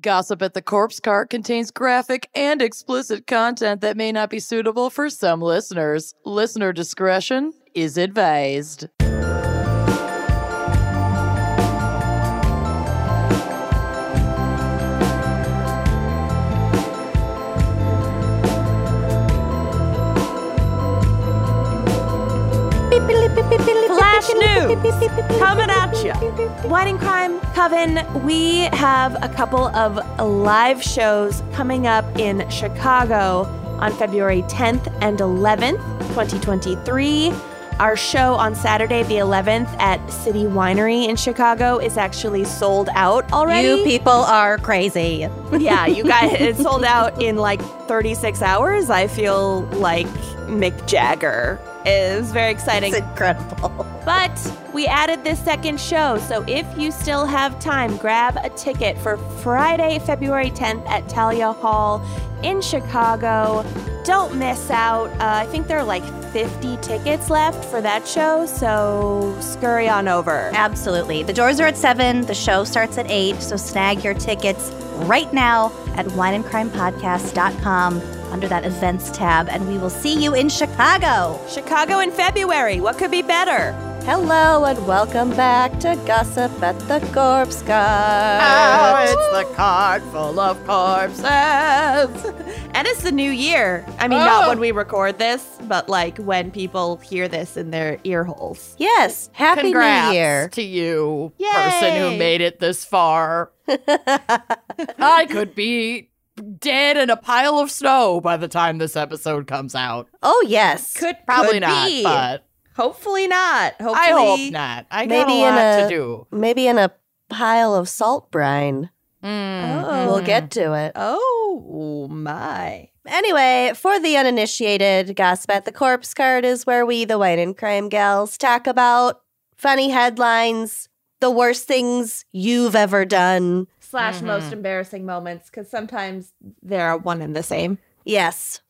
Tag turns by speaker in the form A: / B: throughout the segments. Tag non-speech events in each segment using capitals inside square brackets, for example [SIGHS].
A: Gossip at the Corpse Cart contains graphic and explicit content that may not be suitable for some listeners. Listener discretion is advised.
B: Flash news coming at you. Wedding Crime Coven, we have a couple of live shows coming up in Chicago on February 10th and 11th, 2023. Our show on Saturday, the 11th, at City Winery in Chicago is actually sold out already.
C: You people are crazy.
B: [LAUGHS] yeah, you guys, it sold out in like 36 hours. I feel like Mick Jagger. It was very exciting.
C: It's incredible.
B: But we added this second show, so if you still have time, grab a ticket for Friday, February 10th at Talia Hall in Chicago. Don't miss out. Uh, I think there are like 50 tickets left for that show, so scurry on over.
C: Absolutely. The doors are at 7, the show starts at 8, so snag your tickets right now at wineandcrimepodcast.com under that events tab, and we will see you in Chicago.
B: Chicago in February. What could be better?
C: Hello, and welcome back to Gossip at the Corpse Guy.
A: Oh, it's the cart full of corpses.
B: [LAUGHS] And it's the new year. I mean,
A: Oh.
B: not when we record this, but like when people hear this in their ear holes.
C: Yes, Happy
A: Congrats
C: New Year.
A: to you, person who
B: Yay.
A: made it this
C: [LAUGHS]
A: far. I could be dead in a pile of snow by the time this episode comes out.
C: Oh, yes.
B: Could
A: Probably
B: could
A: not,
B: be.
A: but
B: hopefully not. Hopefully,
A: I hope not. I got
C: Maybe
A: a
C: in
A: lot
C: a-
A: to do.
C: Maybe in a pile of salt brine.
A: Mm.
C: Oh. We'll get to it.
B: Oh my!
C: Anyway, for the uninitiated, Gossip at the Corpse Card is where we, the Wine and Crime Gals, talk about funny headlines, the worst things you've ever done.
B: Slash most
A: Mhm.
B: embarrassing moments because sometimes they're one and the same.
C: Yes,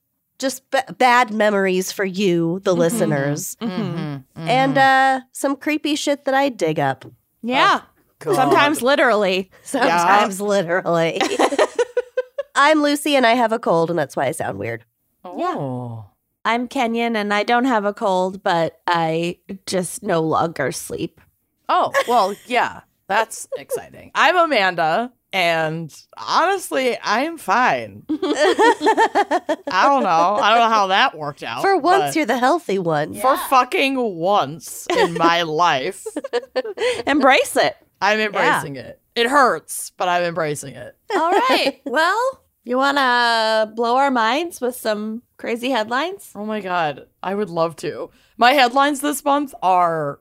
C: just b- bad memories for you, the listeners,
B: Mm-hmm.
A: Mhm, mhm.
C: and uh, some creepy shit that I dig up.
B: Yeah, Oh,
A: God.
B: sometimes literally.
C: Sometimes, literally. [LAUGHS] I'm Lucy and I have a cold, and that's why I sound weird.
A: Oh.
B: I'm Kenyan and I don't have a cold, but I just no longer sleep.
A: Oh, well, yeah.
C: [LAUGHS]
A: That's exciting. I'm Amanda, and honestly, I'm
C: [LAUGHS]
A: fine. I don't know. I don't know how that worked out.
C: For once,
A: Oh, but
C: you're the healthy one.
A: for fucking once in
C: [LAUGHS]
A: my life,
B: Embrace it.
A: I'm embracing it. It hurts, but I'm embracing it.
B: [LAUGHS] All right. Well, you want to blow our minds with some crazy headlines?
A: Oh my god, I would love to. My headlines this month are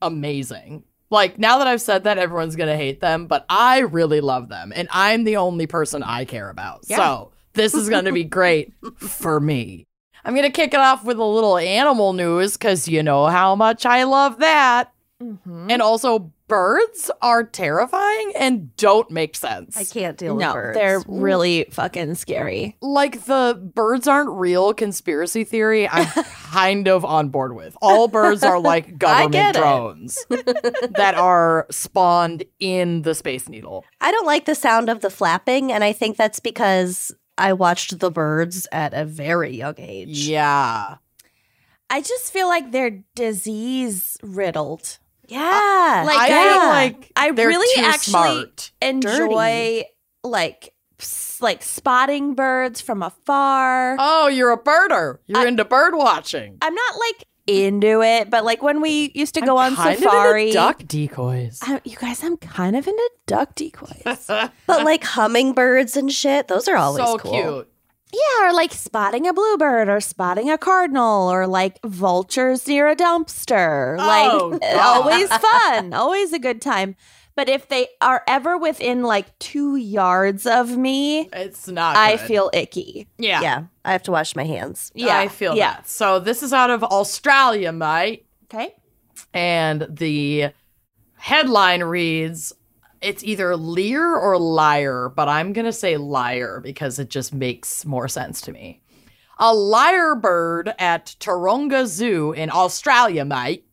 A: amazing. Like now that I've said that, everyone's gonna hate them, but I really love them, and I'm the only person I care about.
B: Yeah.
A: So this is gonna be
B: [LAUGHS]
A: great for me. I'm gonna kick it off with a little animal news because you know how much I love that,
B: Mm-hmm.
A: and also birds are terrifying and don't make sense.
C: I can't deal with
B: No,
C: birds.
B: they're really fucking scary.
A: like the birds aren't real conspiracy theory
B: [LAUGHS]
A: i'm kind of on board with all birds are like
B: get
A: government
B: it.
A: drones that are spawned in the space needle
C: I don't like the sound of the flapping, and I think that's because I watched the birds at a very young age.
A: yeah
B: I just feel like they're disease riddled.
C: Yeah.
B: Like,
A: i
B: I-
A: feel Uh, like
B: I
A: they're
B: really
A: too
B: actually-
A: smart
B: Enjoy like s- like spotting birds from afar.
A: oh you're a birder you're into bird watching
B: I'm not like into it, but like when we used to go
A: I'm
B: on
A: kind of into
B: safari.
A: duck decoys
B: I- you guys, I'm kind of into
A: [LAUGHS]
B: duck decoys.
C: but like hummingbirds and shit, those are always
A: so
C: cool.
A: cute
B: yeah, or like spotting a bluebird or spotting a cardinal or like vultures near a dumpster.
A: Oh,
B: like
A: God.
B: [LAUGHS] always fun, always a good time. But if they are ever within like two yards of me,
A: it's not
B: I
A: good.
B: feel icky.
A: yeah
C: Yeah. I have to wash my hands.
B: Yeah,
A: i feel
B: yeah.
A: that so this is out of australia mate
B: Okay.
A: and the headline reads it's either lear or liar but i'm going to say liar because it just makes more sense to me a lyrebird at Taronga Zoo in Australia, mate,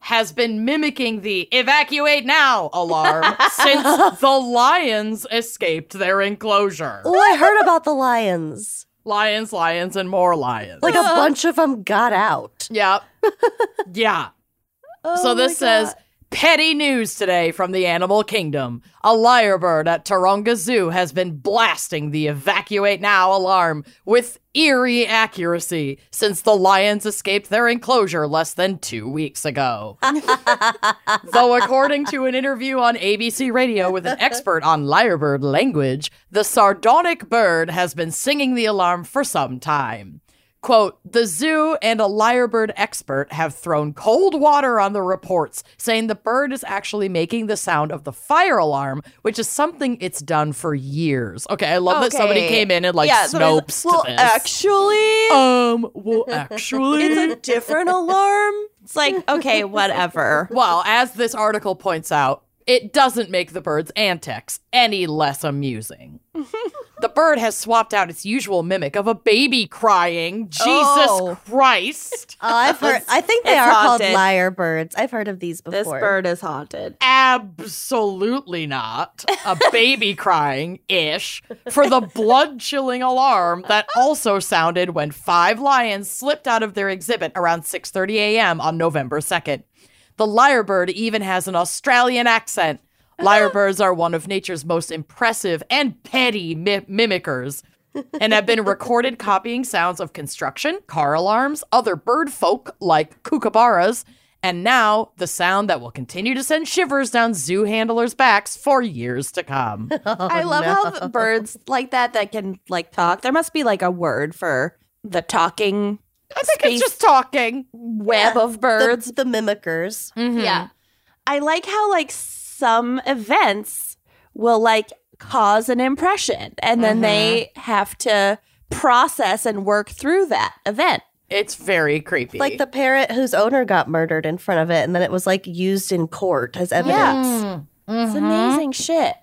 A: has been mimicking the evacuate now alarm since the lions escaped their enclosure.
C: Oh, I heard about the lions.
A: Lions, lions, and more lions.
C: Like a bunch of them got out.
A: Yep. [LAUGHS] yeah. so
D: Oh
A: this
D: my God.
A: says petty news today from the animal kingdom. A lyrebird at Taronga Zoo has been blasting the evacuate now alarm with eerie accuracy since the lions escaped their enclosure less than 2 weeks ago. Though according to an interview on ABC Radio with an expert on lyrebird language, the sardonic bird has been singing the alarm for some time. Quote, the zoo and a lyrebird expert have thrown cold water on the reports, saying the bird is actually making the sound of the fire alarm, which is something it's done for years. Okay, I love that somebody
D: Okay.
A: came in and like
D: yeah,
A: snopes
D: somebody's like,
A: to
D: well,
A: this.
D: actually,
A: um, well, actually,
D: [LAUGHS] it's a
A: [LAUGHS]
D: different alarm. It's like, okay, whatever.
A: Well, as this article points out, it doesn't make the bird's antics any less amusing. the bird has swapped out its usual mimic of a baby crying. Jesus
D: Oh.
A: Christ.
E: Oh, I've heard. I think they
D: It's
E: are called
D: haunted.
E: lyre birds. I've heard of these before.
D: This bird is haunted.
A: Absolutely not. A baby crying ish for the blood chilling alarm that also sounded when five lions slipped out of their exhibit around 6:30 a.m. on November 2nd. The lyrebird even has an Australian accent.
C: [LAUGHS]
A: Lyrebirds are one of nature's most impressive and petty mi- mimickers and have been recorded copying sounds of construction, car alarms, other bird folk like kookaburras, and now the sound that will continue to send shivers down zoo handlers' backs for years to
C: [LAUGHS]
A: come.
D: I love how the birds like that that can like talk. There must be like a word for the talking
A: I think
D: Space-
A: it's just talking.
D: web of birds.
C: The, the mimickers.
A: Mm-hmm.
D: Yeah. I like how like some events will like cause an impression and then they have to process and work through that event.
A: It's very creepy.
C: Like the parrot whose owner got murdered in front of it, and then it was like used in court as evidence.
D: It's amazing shit.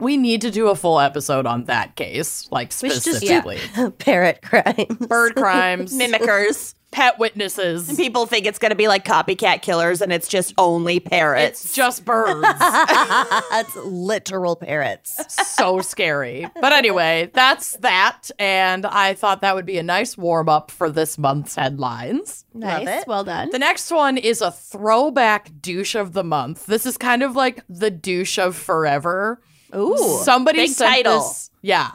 A: we need to do a full episode on that case, like
C: We should just do-
A: specifically.
C: [LAUGHS] parrot crime. [LAUGHS]
A: Bird crimes,
D: Mimickers.
A: pet witnesses.
D: People think it's going to be like copycat killers and it's just only parrots.
A: It's
D: [LAUGHS]
A: just birds.
C: That's literal parrots.
A: so scary. But anyway, that's that. And I thought that would be a nice warm up for this month's headlines.
C: Love it.
B: Well done.
A: The next one is a throwback douche of the month. This is kind of like the douche of forever.
D: Ooh.
A: Somebody
D: big
A: sent
D: title.
A: this. Yeah.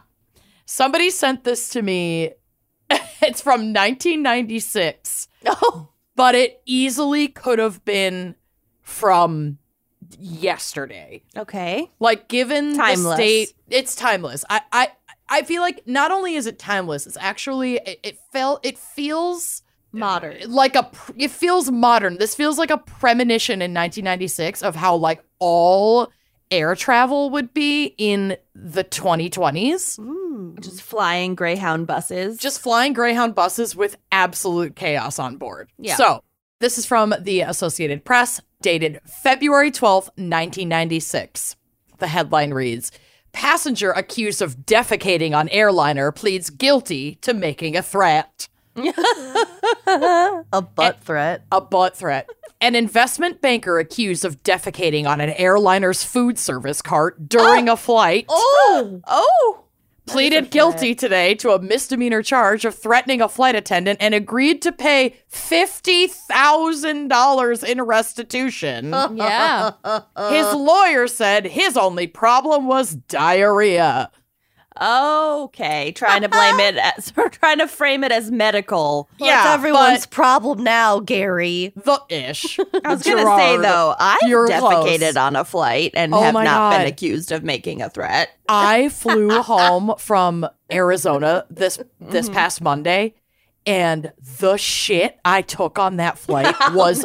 A: Somebody sent this to me. [LAUGHS] it's from
D: [LAUGHS]
A: 1996.
D: Oh.
A: But it easily could have been from yesterday
D: okay.
A: like given the
D: Timeless.
A: state it's timeless i i i feel like not only is it timeless it's actually it, it felt it feels
B: Modern.
A: like a pr- it feels modern this feels like a premonition in 1996 of how like all air travel would be in the 2020s
D: Just flying Greyhound buses.
A: just flying Greyhound buses with absolute chaos on board.
D: Yeah.
A: So this is from the Associated Press, dated February 12th, 1996. The headline reads Passenger accused of defecating on airliner pleads guilty to making a threat.
C: A butt threat.
A: A butt threat. An investment banker accused of defecating on an airliner's food service cart during a flight.
D: oh. Oh.
A: pleaded guilty today to a misdemeanor charge of threatening a flight attendant and agreed to pay $50,000 in
D: [LAUGHS]
A: restitution.
B: yeah.
A: his lawyer said his only problem was diarrhea.
D: Okay, trying to blame it as [LAUGHS] we're trying to frame it as medical.
C: Well, it's
A: yeah,
C: everyone's problem
A: [LAUGHS]
C: now, Gary.
A: The
D: [LAUGHS]
A: ish.
D: I was gonna say though, I
A: you're
D: defecated
A: close.
D: on a flight and
A: Oh
D: have
A: my
D: not been
A: God.
D: accused of making a threat.
A: I flew home from Arizona this this past Monday and the shit I took on that flight was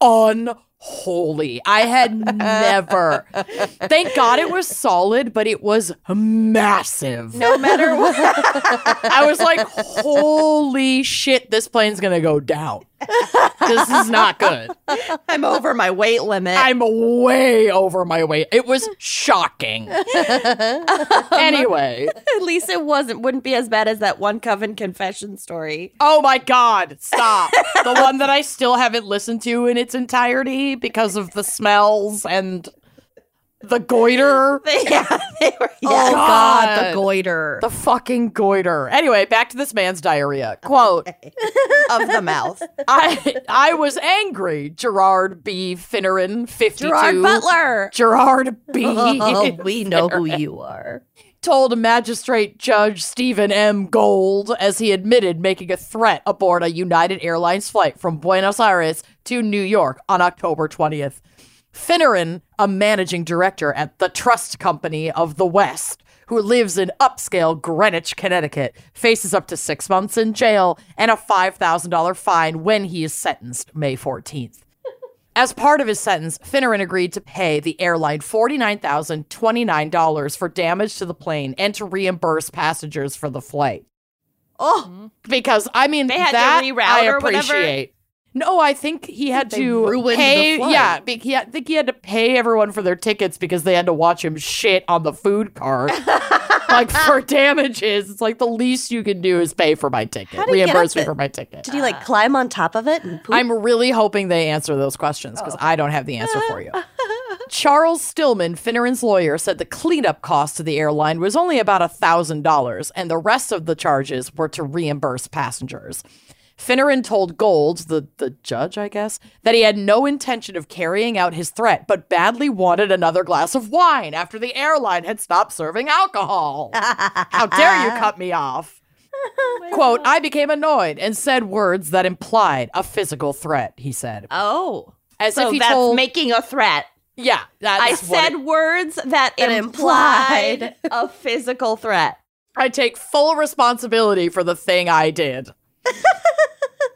A: unholy. I had never. Thank God it was solid, but it was massive. No [LAUGHS] matter what. I was like, holy shit, this plane's going to go down. This is not good.
D: I'm over my weight limit.
A: I'm way over my weight. It was shocking. anyway,
D: At least it wasn't. Wouldn't be as bad as that one coven confession story.
A: oh my God, stop. The one that I still haven't listened to in its entirety because of the smells and the goiter.
C: [LAUGHS]
D: yeah, they were.
C: Oh God,
A: God.
C: the goiter.
A: The fucking goiter. Anyway, back to this man's diarrhea. Quote
D: of the mouth.
A: I I was angry, Gerard B. Finneran, 52.
D: Gerard
A: [LAUGHS]
D: Butler.
A: Gerard B.
C: oh, we know
D: [LAUGHS]
C: who you are.
A: told Magistrate Judge Stephen M. Gold as he admitted making a threat aboard a United Airlines flight from Buenos Aires to New York on October 20th. Finneran, a managing director at the Trust Company of the West, who lives in upscale Greenwich, Connecticut, faces up to six months in jail and a $5,000 fine when he is sentenced May 14th. [LAUGHS] As part of his sentence, Finneran agreed to pay the airline $49,029 for damage to the plane and to reimburse passengers for the flight.
D: Oh,
A: Because, I mean,
D: They had to
A: that
D: reroute
A: I
D: or whatever?
A: appreciate. No, I think he had
C: They
A: to
C: ruined
A: pay.
C: the flight.
A: Yeah, be- he, I think he had to pay everyone for their tickets because they had to watch him shit on the food
C: [LAUGHS]
A: cart, like for damages. It's like the least you can do is pay for my ticket,
C: How did he get
A: reimburse
C: up
A: me
C: it?
A: for my ticket.
C: Did you like climb on top of it and poop?
A: I'm really hoping they answer those questions because I don't have the answer for you. [LAUGHS] Charles Stillman, Finneran's lawyer, said the cleanup cost to the airline was only about $1,000, and the rest of the charges were to reimburse passengers. Finneran told Gold, the, the judge, I guess, that he had no intention of carrying out his threat, but badly wanted another glass of wine after the airline had stopped serving alcohol. How dare you cut me off? Quote, I became annoyed and said words that implied a physical threat, he said.
D: oh.
A: As
D: So
A: if he
D: that's
A: told
D: making a threat.
A: Yeah, that's
D: I
A: what
D: said
A: it-
D: words that,
C: That
D: implied
C: implied.
D: a physical threat.
A: I take full responsibility for the thing
D: [LAUGHS]
A: I did.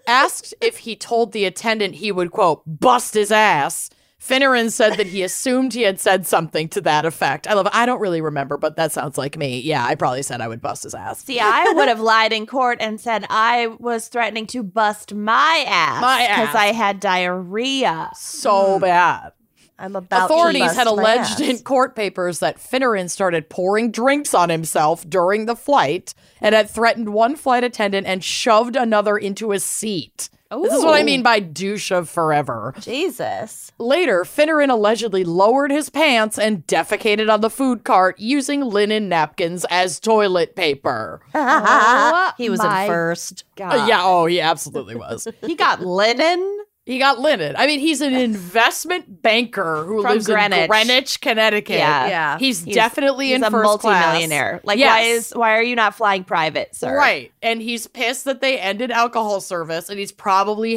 A: Asked if he told the attendant he would quote bust his ass. Finneran said that he assumed he had said something to that effect. I love I don't really remember, but that sounds like me. Yeah, I probably said I would bust his ass.
D: See, I would have lied in court and said I was threatening to bust my
A: My
D: ass
A: ass.
D: because I had diarrhea. Hmm.
A: So bad.
C: I'm about to
A: Authorities
C: bust
A: had
C: my
A: alleged
C: ass.
A: in court papers that Finneran started pouring drinks on himself during the flight and had threatened one flight attendant and shoved another into a seat. This is what I
D: Ooh.
A: mean by douche of forever.
C: [LAUGHS] Jesus.
A: [LAUGHS] Later, Finneran allegedly lowered his pants and defecated on the food cart using linen napkins as toilet paper.
D: Oh
C: he was
D: my
C: in first.
A: Uh, yeah, oh, he absolutely was.
D: He got linen.
A: he got linen. I mean, he's an investment banker who
D: From
A: lives in
D: Greenwich.
A: Greenwich, Connecticut.
D: Yeah.
C: Yeah.
A: He's,
D: He's-
A: definitely
D: He's
A: in
D: a
A: first
D: multimillionaire. Like, why
A: Yes.
D: is why are you not flying private, sir?
A: Right. And he's pissed that they ended alcohol service and he's probably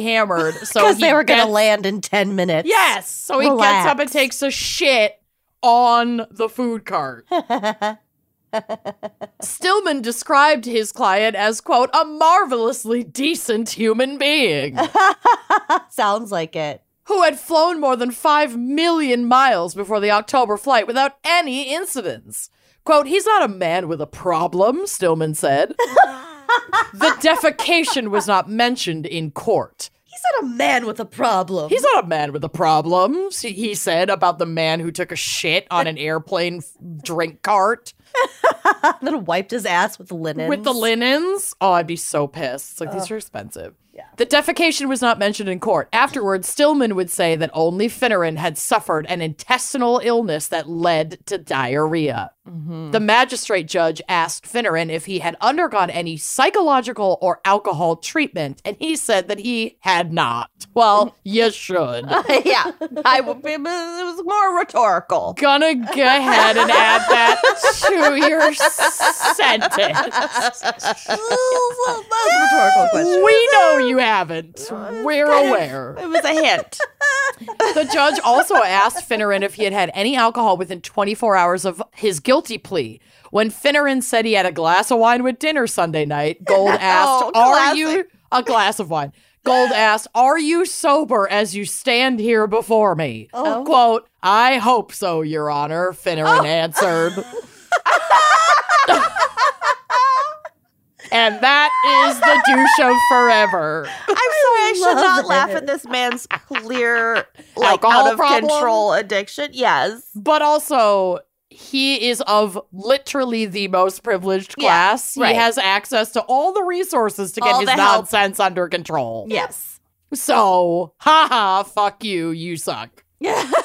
D: [LAUGHS]
A: hammered. So
C: Because they
A: he
C: were going to
A: gets-
C: land in 10 minutes.
A: Yes. So he gets up and
C: Relax.
A: takes a shit on the
D: [LAUGHS]
A: food cart. Stillman described his client as, quote, a marvelously decent human being
C: Sounds like it.
A: who had flown more than 5 million miles before the October flight without any incidents. Quote, he's not a man with a problem, Stillman said. the defecation was not mentioned in court.
C: He's not a man with a problem.
A: He's not a man with a problem, s- he said about the man who took a shit on an airplane f- drink cart
C: Then wiped his ass with linen.
A: with the linens. Oh, I'd be so pissed. It's like, these are expensive. The defecation was not mentioned in court. Afterwards, Stillman would say that only Finneran had suffered an intestinal illness that led to diarrhea. The magistrate judge asked Finneran if he had undergone any psychological or alcohol treatment, and he said that he had not. Well, you should.
D: [LAUGHS] yeah. I w- [LAUGHS] it was more [LAUGHS] rhetorical.
A: gonna go ahead and add that to your sentence.
C: rhetorical question.
A: We know you haven't. We're aware.
D: It was a
B: [LAUGHS]
D: hint.
A: The judge also asked Finneran if he had had any alcohol within 24 hours of his guilty plea. When Finneran said he had a glass of wine with dinner Sunday night, Gold asked,
D: [LAUGHS] Oh,
A: Are
D: classic.
A: you a glass of wine? Gold asked, Are you sober as you stand here before me?
D: Oh.
A: Quote, I hope so, Your Honor, Finneran answered.
D: [LAUGHS]
A: and that is the douche of forever.
D: I'm sorry. [LAUGHS] I should
C: love
D: not laugh
C: it.
D: at this man's [LAUGHS] clear, like,
A: Alcohol
D: out of
A: problem?
D: control addiction. Yes.
A: But also, he is of literally the most privileged
D: Yeah,
A: class.
D: right.
A: He has access to all the resources to get
D: All
A: his
D: the help.
A: nonsense under control.
D: Yes.
A: So, haha, fuck you, you suck.
D: Yeah. [LAUGHS]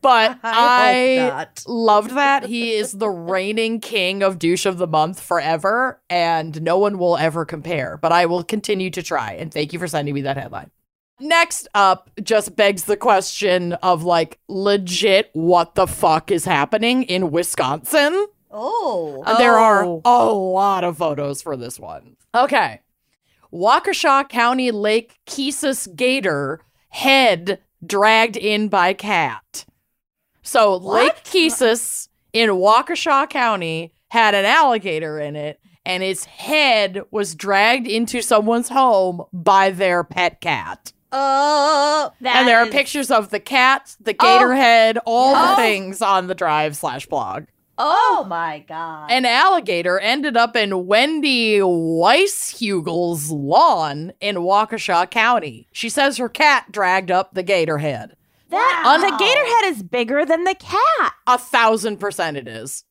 A: But
C: I
A: I,
C: hope not.
A: loved that. He is the reigning king of douche of the month forever, and no one will ever compare. But I will continue to try. And thank you for sending me that headline. Next up just begs the question of like legit what the fuck is happening in Wisconsin?
C: Oh.
A: There are
D: Oh.
A: a lot of photos for this one. Okay. Waukesha County Lake Kesis Gator head dragged in by cat. So Lake Kesis in Waukesha County had an alligator in it, and its head was dragged into someone's home by their pet cat.
C: Uh,
A: and there are pictures of the cat, the gator
D: Oh.
A: head, all the
D: Oh.
A: things on the drive slash blog.
C: oh my god.
A: An alligator ended up in Wendy Weishugel's lawn in Waukesha County. She says her cat dragged up the gator head.
D: That
A: Wow.
D: the gator head is bigger than the cat.
A: A thousand percent it is.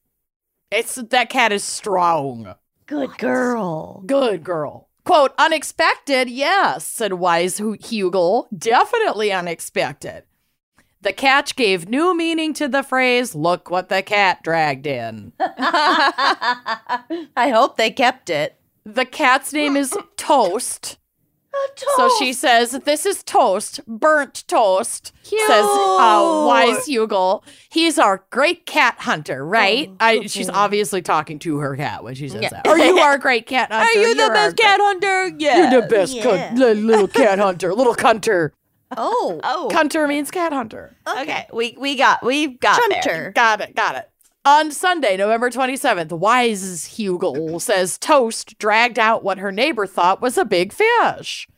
A: It's that cat is strong.
C: Good girl.
A: Good girl. Quote, unexpected, yes, said Wise Hu- Hugel. Definitely unexpected. The catch gave new meaning to the phrase, look what the cat dragged in.
C: I hope they kept it.
A: The cat's name is
D: [LAUGHS]
A: Toast. So she says, "This is toast, burnt toast." Says uh, wise Hugel. He's our great cat hunter, right? I, she's obviously talking to her cat when she says
D: Oh, Yeah.
A: that. Are you our
D: [LAUGHS]
A: great cat hunter? You're our great-
D: hunter? Yeah.
A: You're the best cunt- li-
D: [LAUGHS]
A: little cat hunter, little cunter.
C: [LAUGHS] Oh.
D: oh.
A: Cunter means cat hunter.
D: okay. We we got we've got there.
C: Hunter.
A: Got it. Got it. On Sunday, November 27th, Wise Hugel says Toast dragged out what her neighbor thought was a big fish.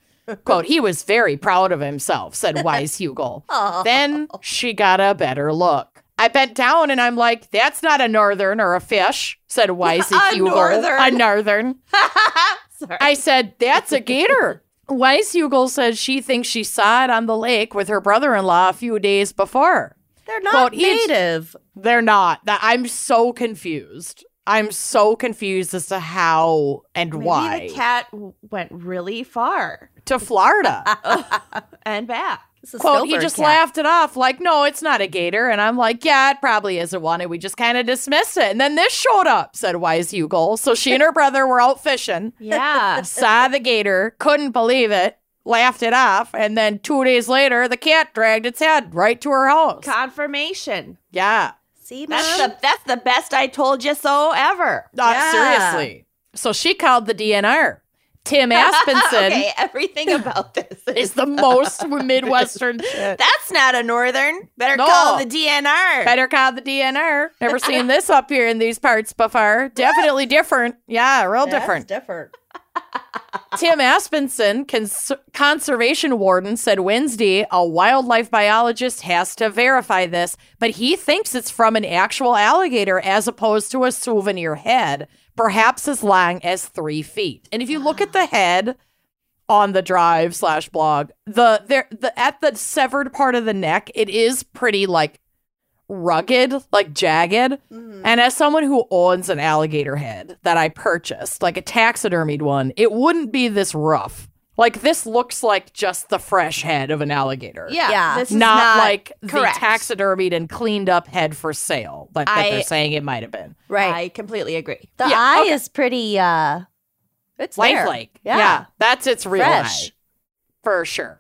A: Quote, he was very proud of himself, said Wise
D: [LAUGHS]
A: Hugel. Then she got a better look. I bent down and I'm like, that's not a northern or a fish, said
D: [LAUGHS]
A: Wise Hugel.
D: northern.
A: A northern.
D: [LAUGHS] Sorry.
A: I said, that's a gator. Wise Hugel said she thinks she saw it on the lake with her brother in law a few days before.
C: They're not
A: Quote, he's-
C: native.
A: They're not. That I'm so confused. I'm so confused as to how and
D: Maybe
A: why
D: the cat w- went really far
A: to
C: [LAUGHS]
A: Florida.
D: and
A: [LAUGHS]
D: back.
C: It's a
A: Quote, he
C: snowbird
A: just
C: cat.
A: laughed it off like, "No, it's not a gator." And I'm like, "Yeah, it probably isn't one." And we just kind of dismissed it. And then this showed up, said Wise Hugel. So she
C: [LAUGHS]
A: and her brother were out fishing,
D: Yeah.
A: saw the gator, couldn't believe it, laughed it off, and then 2 days later, the cat dragged its head right to her house.
D: Confirmation.
A: Yeah.
C: See,
D: That's
C: Mom?
D: the that's the best I told you so ever.
A: Not
C: Yeah.
D: [LAUGHS]
A: seriously. So she called the DNR. [LAUGHS] Tim Aspenson
D: okay, everything about this.
A: [LAUGHS] is the most Midwestern shit.
D: that's not a northern. Better
A: No.
D: call the DNR.
A: Better call the DNR. Never [LAUGHS] seen this up here in these parts before. Definitely different. Yeah, real
C: That's
A: different.
C: Different.
A: Tim Aspenson, cons- conservation warden, said Wednesday a wildlife biologist has to verify this, but he thinks it's from an actual alligator as opposed to a souvenir head, perhaps as long as three feet. And if you look [GASPS] at the head on the drive slash blog, the there the at the severed part of the neck, it is pretty like rugged, like jagged.
D: Mm-hmm.
A: And as someone who owns an alligator head that I purchased, like a taxidermied one, it wouldn't be this rough. Like this looks like just the fresh head of an alligator.
D: yeah,
C: Yeah.
D: This is
A: Not, like
D: correct.
A: the taxidermied and cleaned up head for sale, like that
D: I-
A: they're saying it might have been.
C: Right.
D: I completely agree.
C: the
A: yeah,
C: eye is pretty. uh It's there.
A: Lifelike.
C: Yeah.
A: That's its real
C: Fresh.
A: eye. For sure.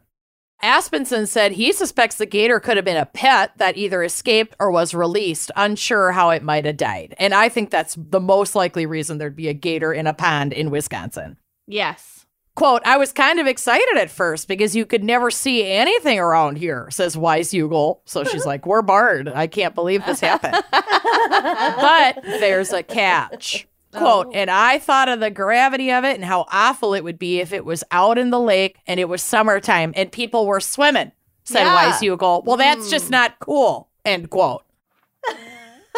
A: Aspenson said he suspects the gator could have been a pet that either escaped or was released, unsure how it might have died. And I think that's the most likely reason there'd be a gator in a pond in Wisconsin.
D: Yes.
A: Quote, I was kind of excited at first because you could never see anything around here, says Wise Hugel. So she's like, We're barred. I can't believe this happened but there's a catch. Quote, and I thought of the gravity of it and how awful it would be if it was out in the lake and it was summertime and people were swimming, said
D: Yeah.
A: Wise Hugel. Well, that's just not cool, end quote.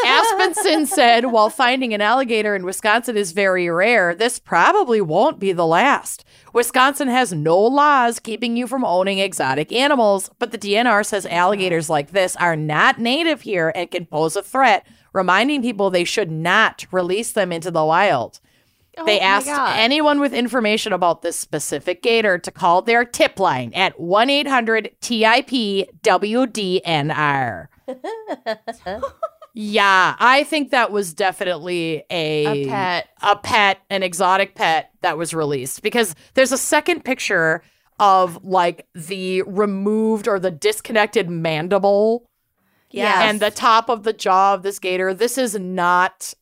A: Aspenson said, while finding an alligator in Wisconsin is very rare, this probably won't be the last. Wisconsin has no laws keeping you from owning exotic animals, but the DNR says alligators like this are not native here and can pose a threat, reminding people they should not release them into the wild. They asked anyone with information about this specific gator to call their tip line at 1 800 TIP WDNR. yeah, I think that was definitely a,
B: A pet.
A: a pet, an exotic pet that was released because there's a second picture of like the removed or the disconnected mandible
E: Yes.
A: and the top of the jaw of this gator. This is not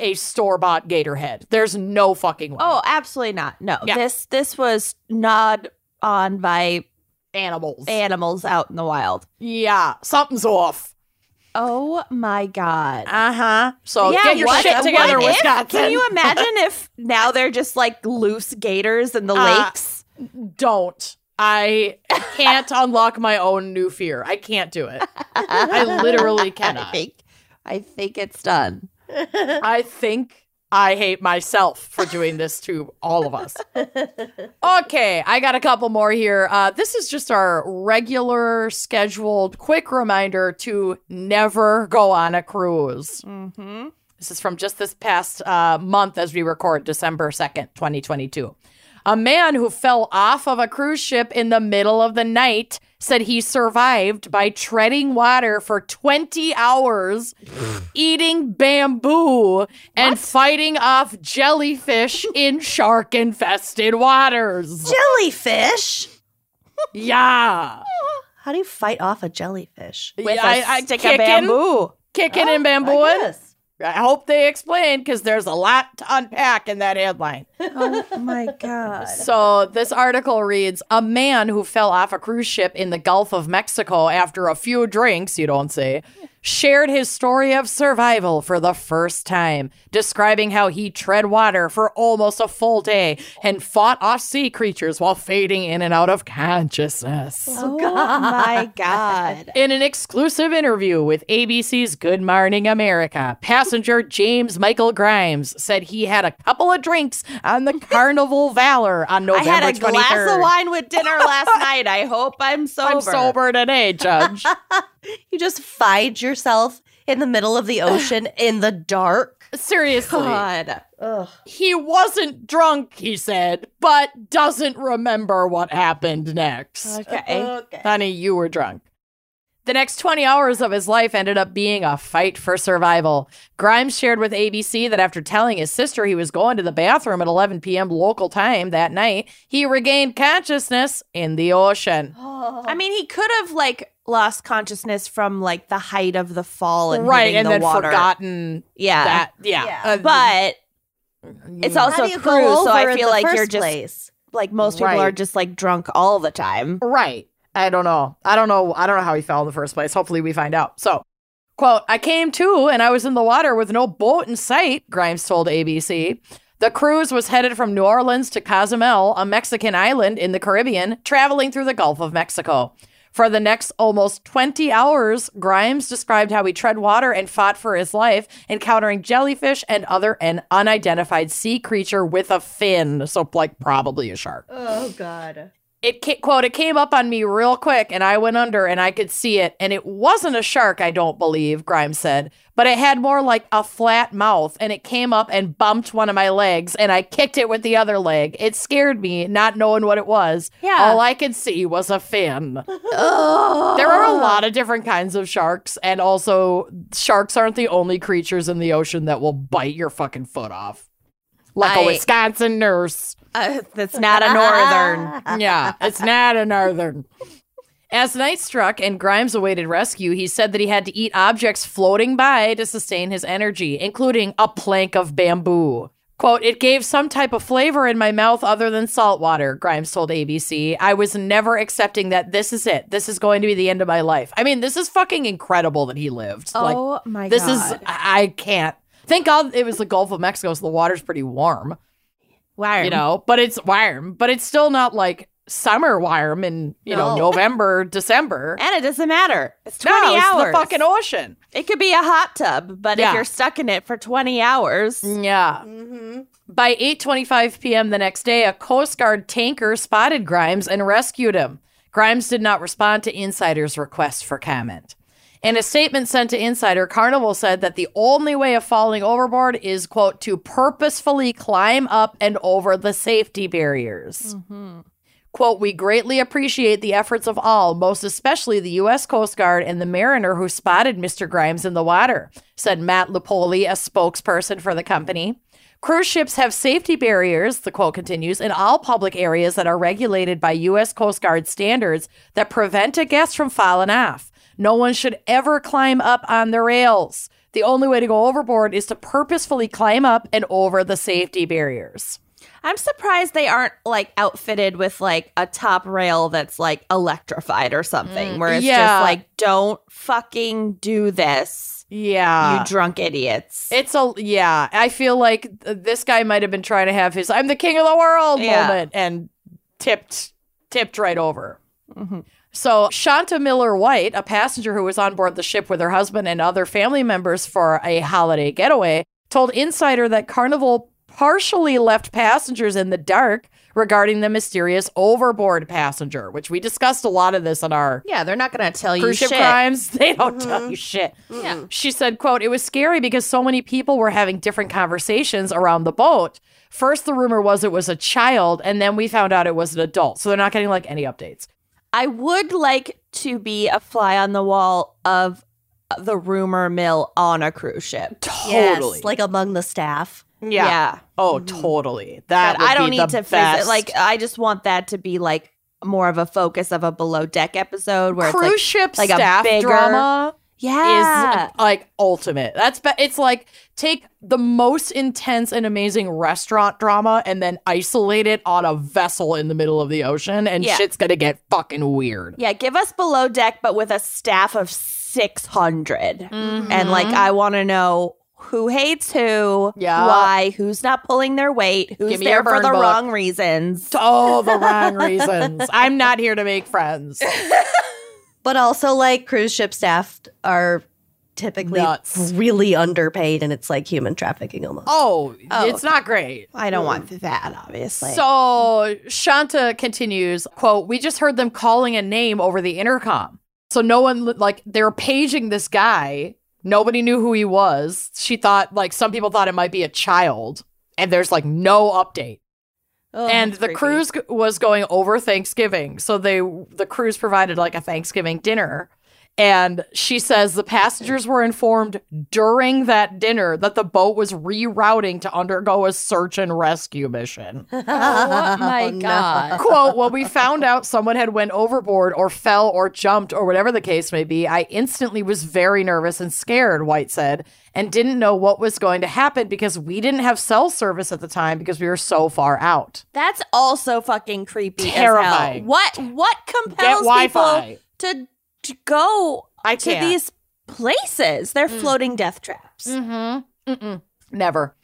A: a store bought gator head. There's no fucking way.
D: Oh, absolutely not. No,
A: Yeah.
D: this this was gnawed on by
A: animals.
D: animals out in the wild.
A: yeah, something's off.
D: Oh my god.
A: Uh huh. So
D: Uh-huh. Yeah,
A: get your
D: what-
A: shit
D: what
A: together,
D: if-
A: Wisconsin.
D: Can you imagine if now they're just like loose gators in the
A: Uh,
D: lakes?
A: Don't. I can't [LAUGHS] unlock my own new fear. I can't do it. I literally
D: I
A: cannot.
D: think I think it's done.
A: [LAUGHS] I think I hate myself for doing this to all of us. Okay, I got a couple more here. Uh, this is just our regular scheduled quick reminder to never go on a cruise.
D: Mm-hmm.
A: This is from just this past uh, month as we record, December 2nd, 2022. A man who fell off of a cruise ship in the middle of the night said he survived by treading water for 20 hours, eating bamboo, and fighting off jellyfish
C: [LAUGHS]
A: in shark infested waters.
C: jellyfish.
A: Yeah.
C: How do you fight off a jellyfish?
D: With
A: Yeah,
D: a
A: I- I-
D: stick
A: kicking-
D: of bamboo.
A: Kicking and
C: Oh, I
A: bambooing.
C: guess.
A: I hope they explain because there's a lot to unpack in that headline.
D: [LAUGHS] Oh my god.
A: So this article reads A man who fell off a cruise ship in the Gulf of Mexico after a few drinks, you don't say, shared his story of survival for the first time, describing how he tread water for almost a full day and fought off sea creatures while fading in and out of consciousness.
D: [LAUGHS] Oh my god.
A: In an exclusive interview with ABC's Good Morning America, passenger James Michael Grimes said he had a couple of drinks on the
D: [LAUGHS]
A: Carnival Valor on
D: I
A: November 23rd.
D: had a glass of wine with dinner [LAUGHS] last night. I hope I'm sober.
A: I'm sober
D: [LAUGHS]
A: today, Judge.
C: You just find yourself in the middle [LAUGHS] of the ocean in the dark.
A: Seriously.
D: God.
C: Ugh.
A: He wasn't drunk, he said, but doesn't remember what happened next.
D: Okay.
A: Honey, you were drunk. The next 20 hours of his life ended up being a fight for survival. Grimes shared with ABC that after telling his sister he was going to the bathroom at 11 p.m. local time that night, he regained consciousness in the ocean.
D: I mean, he could have like lost consciousness from like the height of the fall and
A: right,
D: hitting
A: and
D: the
A: then
D: water.
A: forgotten
D: Yeah,
A: that. Yeah.
C: Yeah.
A: Uh,
D: but it's also
C: How
D: a
C: do you
D: cruise,
C: go over
D: so I
C: in
D: feel
C: the
D: like you're
C: first
D: just
C: place?
D: like most people
A: Right.
D: are just like drunk all the
A: [LAUGHS]
D: time.
A: Right. I don't know. I don't know. I don't know how he fell in the first place. Hopefully, we find out. So, quote, I came to and I was in the water with no boat in sight, Grimes told ABC. The cruise was headed from New Orleans to Cozumel, a Mexican island in the Caribbean, traveling through the Gulf of Mexico. For the next almost 20 hours, Grimes described how he tread water and fought for his life, encountering jellyfish and other an unidentified sea creature with a fin. So, like, probably a shark
C: Oh god.
A: it ca- quote it came up on me real quick and i went under and i could see it and it wasn't a shark i don't believe grimes said but it had more like a flat mouth and it came up and bumped one of my legs and i kicked it with the other leg it scared me not knowing what it was
D: Yeah.
A: all i could see was
D: [LAUGHS]
A: a fin there are a lot of different kinds of sharks and also sharks aren't the only creatures in the ocean that will bite your fucking foot off like a
D: I-
A: wisconsin nurse
D: Uh, that's not a northern.
A: yeah, it's not a northern. As night struck and Grimes awaited rescue, he said that he had to eat objects floating by to sustain his energy, including a plank of bamboo. Quote, it gave some type of flavor in my mouth other than salt water, Grimes told ABC. I was never accepting that this is it. This is going to be the end of my life. I mean, this is fucking incredible that he lived. like,
D: oh my
A: this
D: god.
A: is, I I can't. Thank God it was the Gulf of Mexico, so the water's pretty warm
D: wow.
A: you know but it's warm but it's still not like summer wireman, you know,
F: No.
A: November, December.
B: And it doesn't matter. It's 20
A: no, it's
B: hours.
A: the fucking ocean.
B: it could be a hot tub, but
A: Yeah.
B: if you're stuck in it for 20 hours,
A: Yeah.
F: Mm-hmm.
A: By 8:25 p.m. the next day, a Coast Guard tanker spotted Grimes and rescued him. Grimes did not respond to Insider's request for comment. In a statement sent to Insider, Carnival said that the only way of falling overboard is quote to purposefully climb up and over the safety barriers. Quote, we greatly appreciate the efforts of all, most especially the U.S. Coast Guard and the mariner who spotted Mr. Grimes in the water, said Matt Lupoli, a spokesperson for the company. Cruise ships have safety barriers, the quote continues, in all public areas that are regulated by U.S. Coast Guard standards that prevent a guest from falling off. No one should ever climb up on the rails. The only way to go overboard is to purposefully climb up and over the safety barriers.
B: I'm surprised they aren't like outfitted with like a top rail that's like electrified or something, where it's
A: yeah.
B: just like, don't fucking do this,
A: Yeah.
B: you drunk idiots.
A: It's a yeah. I feel like th- this guy might have been trying to have his "I'm the king of the world"
B: Yeah.
A: moment and tipped tipped right over.
B: Mhm.
A: So Shanta Miller White, a passenger who was on board the ship with her husband and other family members for a holiday getaway, told Insider that Carnival partially left passengers in the dark regarding the mysterious overboard passenger, which we discussed a lot of this in our
B: yeah, they're not gonna tell you
A: cruise ship
B: shit.
A: crimes. [LAUGHS] They don't
B: Mm-hmm.
A: tell you shit.
F: Yeah.
A: She said, quote, it was scary because so many people were having different conversations around the boat. First, the rumor was it was a child, and then we found out it was an adult. So they're not getting like any updates.
B: I would like to be a fly on the wall of uh, the rumor mill on a cruise ship.
A: Totally.
C: Yes, like among the staff.
A: yeah. Oh, totally. That
B: But mm. I don't
A: be the
B: need to visit.
A: best.
B: Like, I just want that to be like more of a focus of a below deck episode where
A: cruise
B: it's like,
A: ship
B: like a
A: staff
B: bigger-
A: drama
B: yeah,
A: is like ultimate. That's be- it's like take the most intense and amazing restaurant drama and then isolate it on a vessel in the middle of the ocean, and
B: Yeah.
A: shit's gonna get fucking weird.
B: Yeah, give us below deck, but with a staff of 600.
A: Mm-hmm.
B: And like, I want to know who hates who,
A: Yeah.
B: why, who's not pulling their weight, who's
A: Give me
B: there
A: your
B: for
A: burn
B: the
A: book.
B: wrong reasons.
A: to all the wrong
B: [LAUGHS]
A: reasons. I'm not here to make friends.
C: But also, like, cruise ship staff are typically
A: Nuts.
C: really underpaid, and it's like human trafficking almost.
A: Oh, it's not great.
B: I don't want that, obviously.
A: So Shanta continues, quote, we just heard them calling a name over the intercom. So no one like they were paging this guy. Nobody knew who he was. She thought like some people thought it might be a child and there's like no update.
B: Ugh,
A: and
B: it's
A: the
B: Oh, creepy. [LAUGHS]
A: cruise g- was going over Thanksgiving, so they the cruise provided like a Thanksgiving dinner. And she says the passengers were informed during that dinner that the boat was rerouting to undergo a search and rescue mission.
C: Oh,
F: my God.
A: [LAUGHS] "Quote: When we found out someone had went overboard or fell or jumped or whatever the case may be, I instantly was very nervous and scared." White said, and didn't know what was going to happen because we didn't have cell service at the time because we were so far out.
B: that's also fucking creepy. as hell.
A: Terrifying.
B: What, what
A: Get
B: compels people
A: Wi-Fi.
B: to, to go
A: I
B: to
A: can't. Mm.
B: these places? They're floating death traps.
A: Mm-hmm. Mm-mm. Never.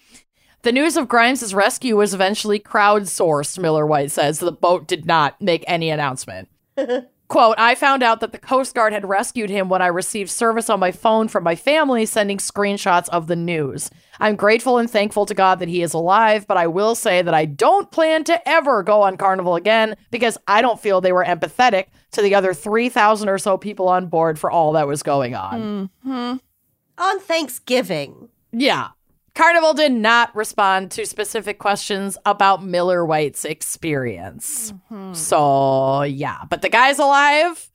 A: The news of Grimes' rescue was eventually crowdsourced, Miller White says. The boat did not make any announcement. Quote, I found out that the Coast Guard had rescued him when I received service on my phone from my family sending screenshots of the news. I'm grateful and thankful to God that he is alive, but I will say that I don't plan to ever go on Carnival again because I don't feel they were empathetic to the other 3,000 or so people on board for all that was going on.
C: On Thanksgiving.
A: Yeah. Carnival did not respond to specific questions about Miller White's experience. So, yeah. But the guy's alive.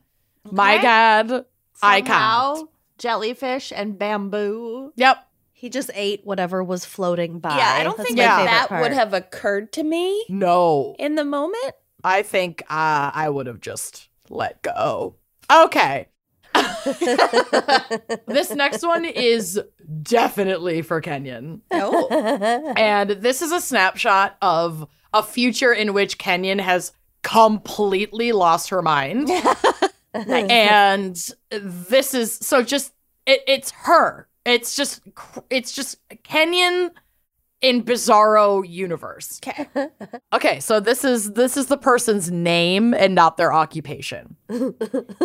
A: My
F: Okay.
A: God. I
F: Somehow,
A: can't.
F: Jellyfish and bamboo.
A: Yep.
C: He just ate whatever was floating by.
B: Yeah, I don't
C: That's
B: think
C: my
A: that
C: favorite
B: that
C: part.
B: would have occurred to me
A: No.
B: in the moment.
A: I think uh, I would have just let go. Okay. [LAUGHS] this next one is definitely for Kenyon.
B: [LAUGHS]
A: And this is a snapshot of a future in which Kenyon has completely lost her mind. and this is so just it, it's her. It's just cr- it's just Kenyon in bizarro universe.
C: Okay.
A: Okay, so this is this is the person's name and not their occupation.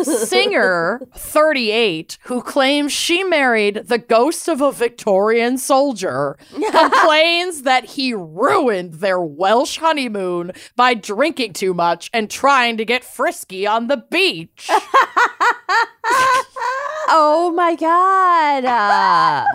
A: Singer 38 who claims she married the ghost of a Victorian
C: [LAUGHS]
A: soldier complains that he ruined their Welsh honeymoon by drinking too much and trying to get frisky on the
C: [LAUGHS]
A: beach.
D: Oh my
B: [LAUGHS]
D: god. Uh,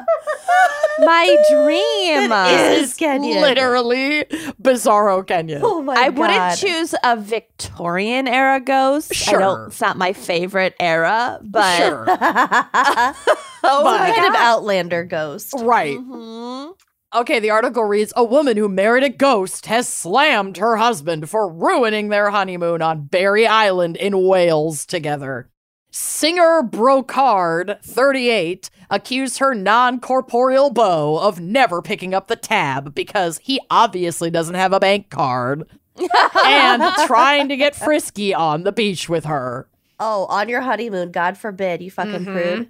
D: my dream.
C: This is Kenyan.
A: Literally bizarro Kenyan.
C: Oh my
D: I
C: God.
D: wouldn't choose a Victorian era ghost. I
A: Sure.
D: don't, it's not my favorite era, but
A: sure.
C: [LAUGHS] Oh
A: But-
C: kind of Outlander ghost.
A: Right. Okay, the article reads A woman who married a ghost has slammed her husband for ruining their honeymoon on Berry Island in Wales together. Singer Brocard, 38, accused her non corporeal beau of never picking up the tab because he obviously doesn't have a bank card and trying to get frisky on the beach with her.
C: Oh, on your honeymoon, God forbid you fucking prude.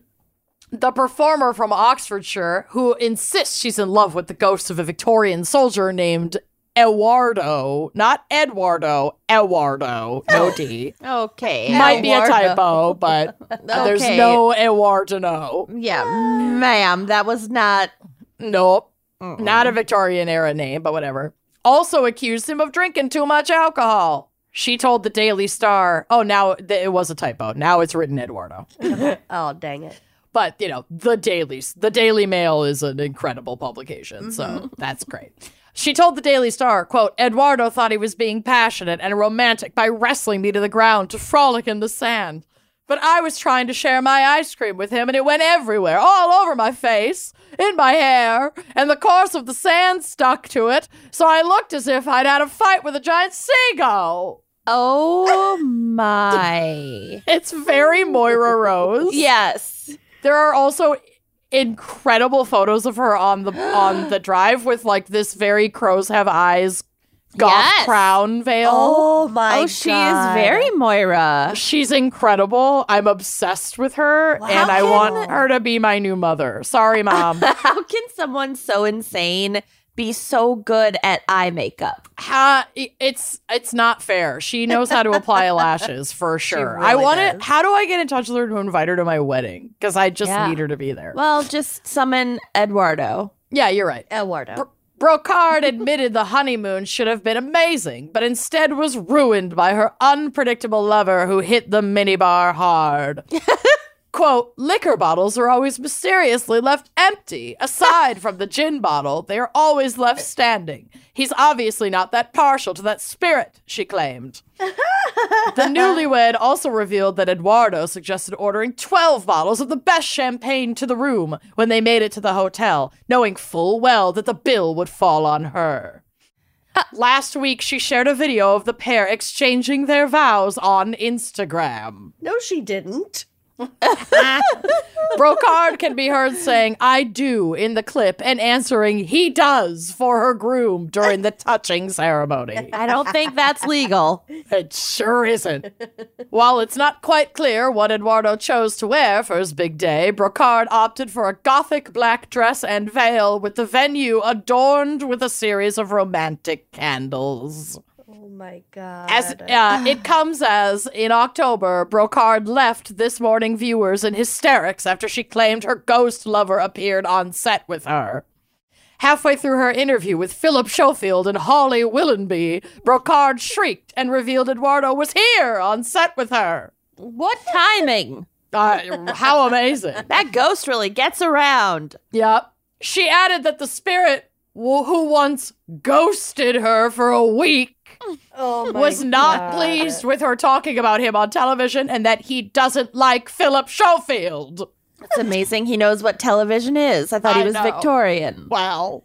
A: the performer from Oxfordshire who insists she's in love with the ghost of a Victorian soldier named Eduardo, not Eduardo, Eduardo, no D.
D: okay.
A: [LAUGHS]
D: uh,
A: Might be a
C: Eduardo.
A: typo, but
B: [LAUGHS]
A: there's
D: Okay.
A: no Eduardo.
D: yeah, ma'am, that was not.
A: Nope. Not a Victorian era name, but whatever. Also accused him of drinking too much alcohol. She told the Daily Star, oh, now th- it was a typo. Now it's written Eduardo.
C: Oh, dang it.
A: but you know the daily the daily mail is an incredible publication so that's great she told the daily star quote eduardo thought he was being passionate and romantic by wrestling me to the ground to frolic in the sand but i was trying to share my ice cream with him and it went everywhere all over my face in my hair and the course of the sand stuck to it so i looked as if i'd had a fight with a giant seagull
D: Oh
B: [LAUGHS]
D: my.
A: it's very moira
B: [LAUGHS]
A: rose
D: yes.
A: There are also incredible photos of her on
C: [GASPS]
A: the on the drive with like this very crows have eyes goth
D: Yes.
A: crown veil.
C: Oh my
D: oh, she is very Moira.
A: She's incredible. I'm obsessed with her and I want her to be my new mother. Sorry,
C: [LAUGHS]
A: mom.
D: How can someone so insane be so good at eye makeup?
A: Ha- i- it's it's not fair. She knows how to
C: [LAUGHS]
A: apply lashes for sure. I
C: really
A: want it.
C: does.
A: How do I get in touch with her to invite her to my wedding? Because I just
D: Yeah.
A: need her to be there.
D: Well, just summon Eduardo.
A: yeah, you're right.
C: Eduardo.
A: Brocard admitted the honeymoon should have been amazing, but instead was ruined by her unpredictable lover who hit the minibar hard. Quote, liquor bottles are always mysteriously left empty. Aside from the gin bottle, they are always left standing. He's obviously not that partial to that spirit, she claimed. the newlywed also revealed that Eduardo suggested ordering 12 bottles of the best champagne to the room when they made it to the hotel, knowing full well that the bill would fall on her. Last week, she shared a video of the pair exchanging their vows on Instagram.
C: no, she didn't.
A: Brocard can be heard saying, I do, in the clip, and answering, he does, for her groom during the touching ceremony.
D: I don't think that's legal.
A: It sure isn't. While it's not quite clear what Eduardo chose to wear for his big day, Brocard opted for a gothic black dress and veil, with the venue adorned with a series of romantic candles.
C: Oh my God.
A: As uh, it comes as in October, Brocard left this morning viewers in hysterics after she claimed her ghost lover appeared on set with her. Halfway through her interview with Philip Schofield and Holly Willenby, Brocard shrieked and revealed Eduardo was here on set with her.
D: What timing?
A: Uh, how amazing!
B: [LAUGHS]
D: That ghost really gets around.
A: Yep. She added that the spirit w- who once ghosted her for a week
C: oh my
A: was not
C: God.
A: pleased with her talking about him on television and that he doesn't like Philip Schofield.
D: It's amazing he knows what television is. I thought
A: I
D: he was
A: know.
D: Victorian.
A: Wow.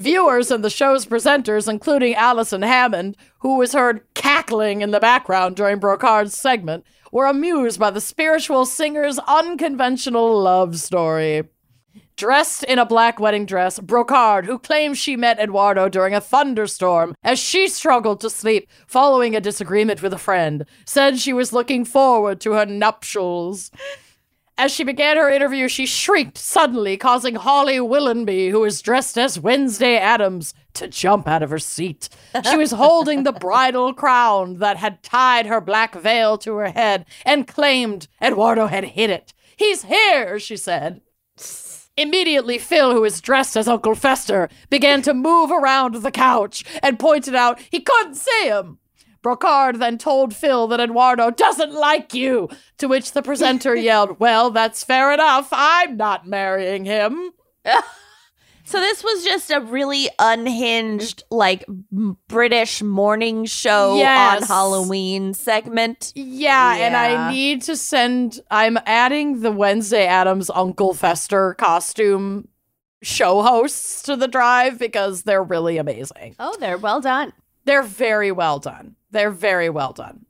A: Viewers and the show's presenters, including Allison Hammond, who was heard cackling in the background during Brocard's segment, were amused by the spiritual singer's unconventional love story. Dressed in a black wedding dress, Brocard, who claims she met Eduardo during a thunderstorm as she struggled to sleep following a disagreement with a friend, said she was looking forward to her nuptials. As she began her interview, she shrieked suddenly, causing Holly Willenby, who was dressed as Wednesday Adams, to jump out of her seat. She was holding the bridal crown that had tied her black veil to her head and claimed Eduardo had hid it. He's here, she said. Immediately, Phil, who is dressed as Uncle Fester, began to move around the couch and pointed out he couldn't see him. Brocard then told Phil that Eduardo doesn't like you, to which the
C: [LAUGHS]
A: presenter yelled, Well, that's fair enough. I'm not marrying him.
B: So this was just a really unhinged, like m- British morning show
A: Yes.
B: on Halloween segment.
A: Yeah, and
C: Yeah.
A: I need to send. I'm adding the Wednesday Adams Uncle Fester costume show hosts to the drive because they're really amazing.
C: Oh, they're well done.
A: They're very well done. They're very well done.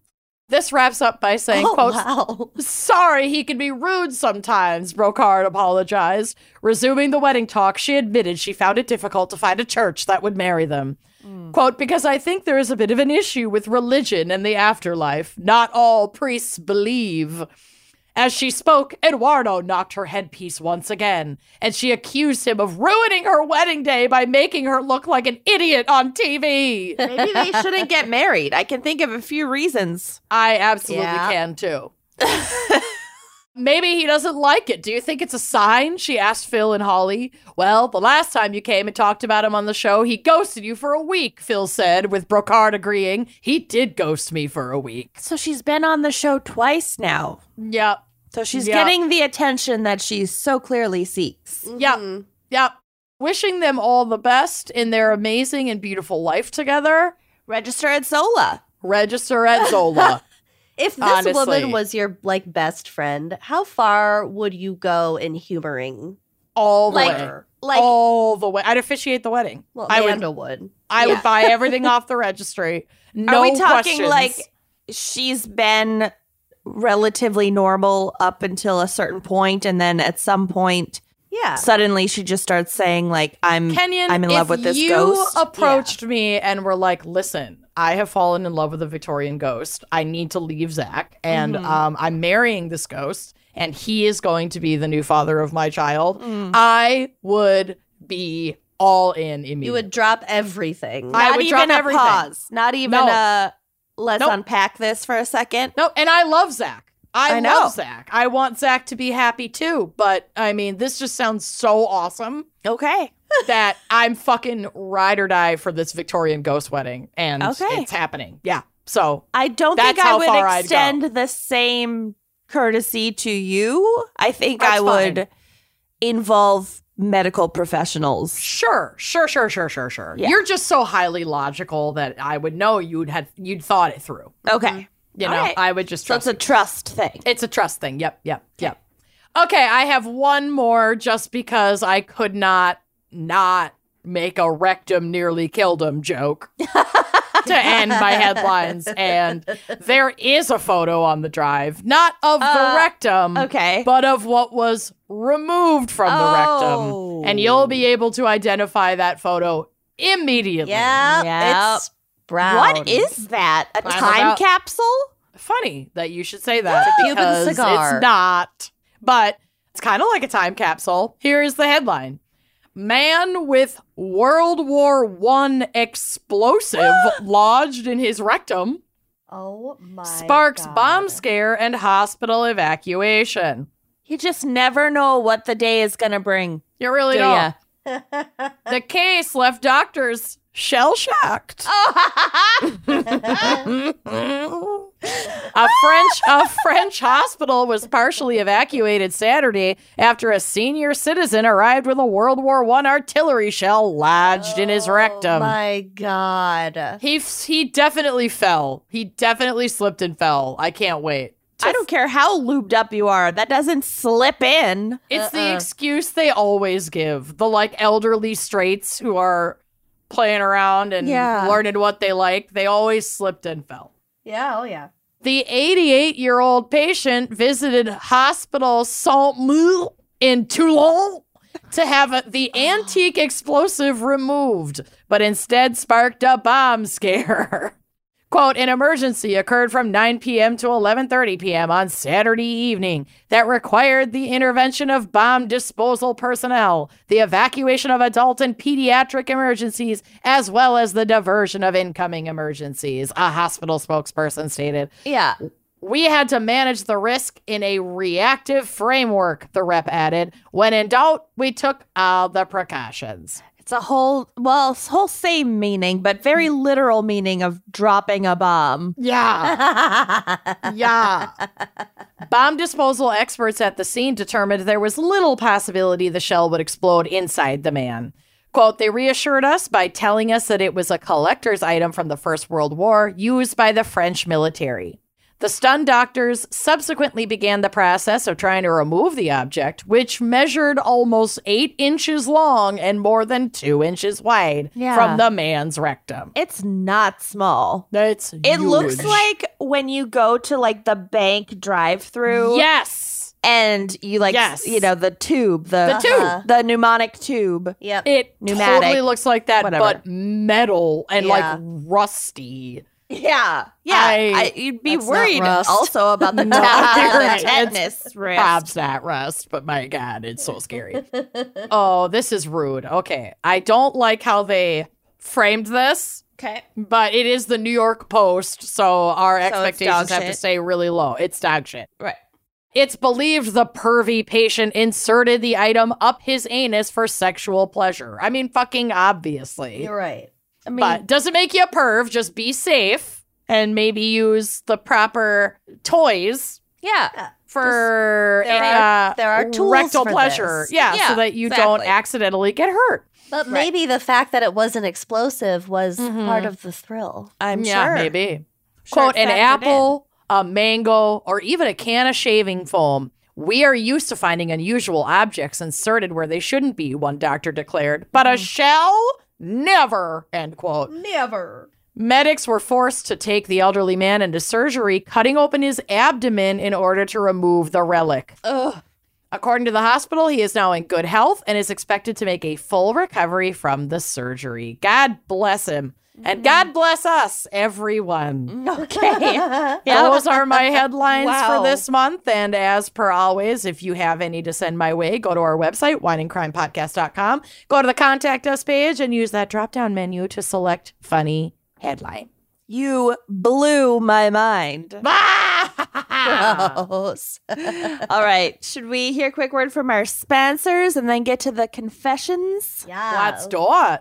A: This wraps up by saying,
C: oh,
A: quotes,
C: wow.
A: Sorry, he can be rude sometimes, Brocard apologized. Resuming the wedding talk, she admitted she found it difficult to find a church that would marry them. Quote, because I think there is a bit of an issue with religion and the afterlife. Not all priests believe. As she spoke, Eduardo knocked her headpiece once again, and she accused him of ruining her wedding day by making her look like an idiot on TV.
B: Maybe they
D: [LAUGHS]
B: shouldn't get married. I can think of a few reasons.
A: I absolutely
C: Yeah.
A: can too. Maybe he doesn't like it. Do you think it's a sign? She asked Phil and Holly. Well, the last time you came and talked about him on the show, he ghosted you for a week, Phil said, with Brocard agreeing. He did ghost me for a week.
B: So she's been on the show twice now.
A: Yep.
B: So she's
A: Yeah.
B: getting the attention that she so clearly seeks.
A: Yep.
C: Mhm.
A: Yep. Wishing them all the best in their amazing and beautiful life together.
B: Register at Zola.
A: Register at
B: [LAUGHS]
A: Zola.
C: If this
A: Honestly.
C: woman was your like best friend, how far would you go in humoring
A: all the
C: Like-
A: way.
C: like
A: all the way. I'd officiate the wedding.
C: well,
A: I would
C: Amanda would?
A: I
B: Yeah.
A: would buy
B: [LAUGHS]
A: everything off the registry. No
B: Are we talking
A: questions.
B: like she's been relatively normal up until a certain point and then at some point
C: Yeah.
B: suddenly she just starts saying like I'm
A: Kenyon?
B: I'm in love
A: if
B: with this
A: you
B: ghost.
A: approached me and were like, "Listen, I have fallen in love with a Victorian ghost. I need to leave Zach, and
B: Mm-hmm.
A: um, I'm marrying this ghost, and he is going to be the new father of my child."
B: Mm.
A: I would be all in immediately.
C: You would drop everything.
A: I
B: not
A: would drop
B: even a
A: everything.
B: pause. Not
A: No.
B: even a let's
A: Nope.
B: unpack this for a second.
A: No, and I love Zach. I,
B: I know.
A: love Zach. I want Zach to be happy too. But I mean, this just sounds so
B: [LAUGHS]
A: awesome.
B: Okay.
A: that I'm fucking ride or die for this Victorian ghost wedding, and
B: Okay.
A: it's happening. Yeah. So
B: I don't
A: That's
B: think I
A: how far
B: would
A: I'd go.
B: extend the same courtesy to you. I think I
A: That's
B: would
A: fine.
B: involve medical professionals.
A: sure, sure, sure, sure, sure, sure.
B: Yeah.
A: You're just so highly logical that I would know you'd had you'd thought it through.
B: Okay.
A: You
B: All
A: know,
B: right.
A: I would just
B: So it's
A: Mm-hmm. trust.
B: a trust thing.
A: you. it's a trust thing. Yep, yep, yep. Okay, I have one more just because I could not not make a rectum nearly killed him
B: [LAUGHS]
A: joke to end my headlines and there is a photo on the drive not of
B: Uh,
A: the rectum
B: Okay.
A: but of what was removed from the
B: Oh.
A: rectum. And you'll be able to identify that photo immediately.
C: Yeah,
B: Yep.
C: it's brown.
B: What is that? A
A: I'm
B: time
A: about-
B: capsule?
A: Funny that you should say that.
C: a Cuban
A: because
C: cigar.
A: It's not, but it's kind of like a time capsule. Here is the headline. Man with World War One
C: [GASPS]
A: explosive lodged in his rectum
C: Oh my!
A: sparks
C: God.
A: bomb scare and hospital evacuation.
B: You just never know what the day is going to bring.
A: You really
B: do
A: don't.
B: ya?
A: The case left doctors shell
C: [LAUGHS]
A: shocked.
C: Oh.
A: a French a French hospital was partially evacuated Saturday after a senior citizen arrived with a World War I artillery shell lodged in his
C: Oh
A: rectum.
C: my God!
A: He f- he definitely fell. He definitely slipped and fell. I can't wait.
B: I don't care how lubed up you are. That doesn't slip in.
A: It's the
C: Uh-uh.
A: excuse they always give. The like elderly straights who are playing around and
B: Yeah.
A: learning what they like, they always slipped and fell.
C: Yeah. Oh yeah.
A: The 88 year old patient visited Hospital Saint Mu in Toulon to have a, the antique explosive removed, but instead sparked a bomb scare. [LAUGHS] Quote, an emergency occurred from 9 p.m. to 11:30 p.m. on Saturday evening that required the intervention of bomb disposal personnel, the evacuation of adult and pediatric emergencies, as well as the diversion of incoming emergencies, a hospital spokesperson stated.
C: Yeah.
A: We had to manage the risk in a reactive framework, the rep added. When in doubt, we took all the precautions.
B: It's a whole, well, s- whole same meaning, but very
A: Mm.
B: literal meaning of dropping a bomb.
A: Yeah. yeah. Bomb disposal experts at the scene determined there was little possibility the shell would explode inside the man. Quote, they reassured us by telling us that it was a collector's item from the First World War used by the French military. The stunned doctors subsequently began the process of trying to remove the object, which measured almost eight inches long and more than two inches wide
B: Yeah.
A: from the man's rectum.
B: It's not small.
A: That's
B: It looks like when you go to like the bank drive through
A: yes.
B: and you like,
A: Yes.
B: you know, the tube, the, Uh-huh.
A: The tube.
B: the mnemonic tube.
C: Yep.
A: It
B: Pneumatic,
A: totally looks like that,
B: whatever.
A: but metal and
C: Yeah.
A: like rusty.
B: Yeah, yeah.
A: I-
B: I, you'd be
C: That's not
B: worried
C: rust.
B: also about
A: [LAUGHS]
B: the,
A: No, you're right.
B: the
A: It's
B: tetanus risk.
A: Prob's not rust, but my God, it's so
B: [LAUGHS]
A: scary. oh, this is rude. Okay. I don't like how they framed this,
C: Okay.
A: but it is the New York Post, so our
B: it's dog
A: expectations have to
B: shit.
A: stay really low. It's dog shit.
C: Right.
A: It's believed the pervy patient inserted the item up his anus for sexual pleasure. I mean, fucking obviously.
C: You're right.
B: I mean,
A: but doesn't make you a perv. Just be safe and maybe use the proper toys
B: yeah,
A: for
C: There
A: uh,
C: are- there are tools
A: rectal
C: for
A: pleasure.
C: this.
A: Yeah, so
B: Yeah,
A: that you don't
B: exactly.
A: accidentally get hurt.
C: But Mm-hmm. maybe the fact that it wasn't explosive was part of the thrill.
B: I'm
A: yeah,
B: sure.
A: maybe.
B: Sure
A: Quote
B: it
A: an
B: factored
A: apple, a mango, or even a can of shaving foam. We are used to finding unusual objects inserted where they shouldn't be, one doctor declared. But
C: Mm-hmm.
A: a shell? Never. End quote.
C: Never.
A: Medics were forced to take the elderly man into surgery, cutting open his abdomen in order to remove the relic.
C: Ugh.
A: According to the hospital, he is now in good health and is expected to make a full recovery from the surgery. God bless him. And God bless us, everyone.
B: Okay.
A: Those are my headlines
B: Wow.
A: for this month. And as per always, if you have any to send my way, go to our website, wineandcrimepodcast.com. Go to the contact us page and use that drop down menu to select funny headline.
B: you blew my
A: [LAUGHS]
B: mind.
C: Uh.
A: Ah!
C: [LAUGHS] Gross.
B: All right. Should we hear a quick word from our sponsors and then get to the confessions?
C: yeah.
A: Let's do it.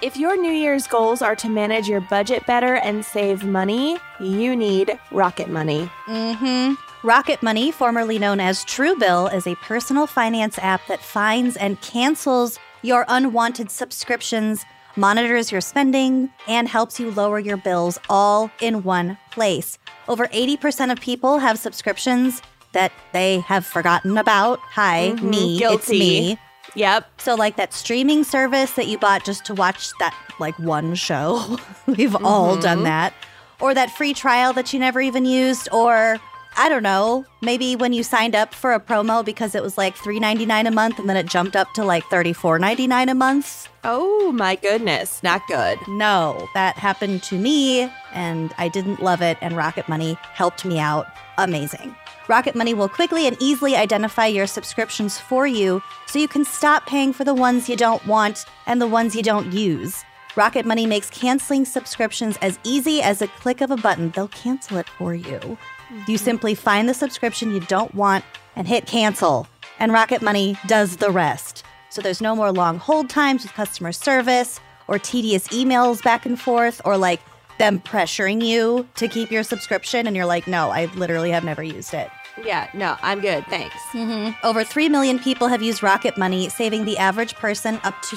B: If your New Year's goals are to manage your budget better and save money, you need Rocket Money.
E: hmm Rocket Money, formerly known as Truebill, is a personal finance app that finds and cancels your unwanted subscriptions, monitors your spending, and helps you lower your bills all in one place. Over 80% of people have subscriptions that they have forgotten about. Hi,
B: Mhm,
E: me. It's
B: guilty.
E: me.
B: Yep.
E: So, like that streaming service that you bought just to watch that like one show, [LAUGHS] we've all done that, or that free trial that you never even used, or I don't know, maybe when you signed up for a promo because it was like three ninety nine a month and then it jumped up to like thirty four ninety nine a month.
B: Oh my goodness. Not good.
E: No, that happened to me and I didn't love it, and Rocket Money helped me out. Amazing. Rocket Money will quickly and easily identify your subscriptions for you so you can stop paying for the ones you don't want and the ones you don't use. Rocket Money makes canceling subscriptions as easy as a click of a button. They'll cancel it for you. You simply find the subscription you don't want and hit cancel, and Rocket Money does the rest. So there's no more long hold times with customer service or tedious emails back and forth or like them pressuring you to keep your subscription and you're like, no, I literally have never used it.
B: Yeah. No, I'm good. Thanks. Mm-hmm.
E: Over 3 million people have used Rocket Money, saving the average person up to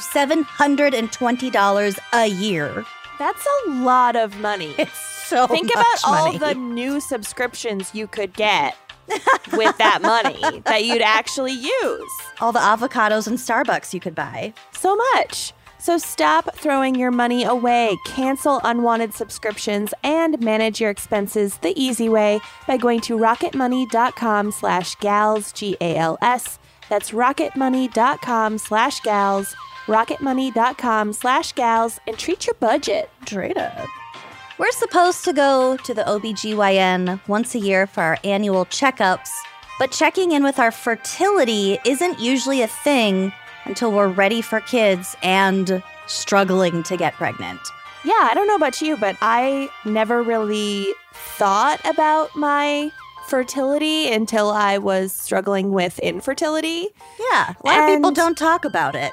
E: $720 a year.
B: That's a lot of money.
E: [LAUGHS] It's so
B: Think
E: much
B: about all
E: money.
B: the new subscriptions you could get with that money that you'd actually use.
E: all the avocados and Starbucks you could buy.
B: So much. So stop throwing your money away, cancel unwanted subscriptions, and manage your expenses the easy way by going to rocketmoney.com slash gals, G-A-L-S. That's rocketmoney.com slash gals, rocketmoney.com slash gals, and treat your budget.
E: Trade up. We're supposed to go to the OBGYN once a year for our annual checkups, but checking in with our fertility isn't usually a thing until we're ready for kids and struggling to get pregnant.
B: Yeah, I don't know about you, but I never really thought about my fertility until I was struggling with infertility.
E: Yeah, a lot of people
B: And-
E: don't talk about it.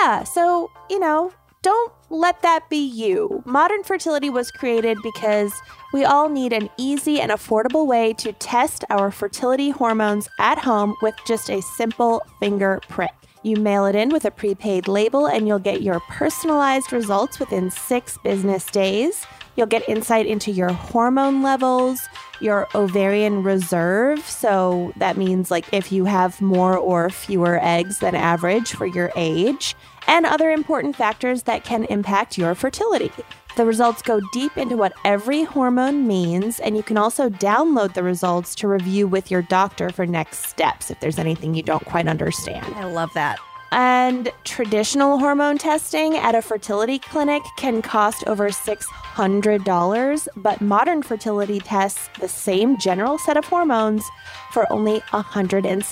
B: Yeah, so, you know, don't let that be you. Modern fertility was created because we all need an easy and affordable way to test our fertility hormones at home with just a simple finger prick. You mail it in with a prepaid label, and you'll get your personalized results within six business days. You'll get insight into your hormone levels, your ovarian reserve. So that means like if you have more or fewer eggs than average for your age, and other important factors that can impact your fertility. The results go deep into what every hormone means, and you can also download the results to review with your doctor for next steps if there's anything you don't quite understand.
E: I love that.
B: And traditional hormone testing at a fertility clinic can cost over $600, but modern fertility tests the same general set of hormones for only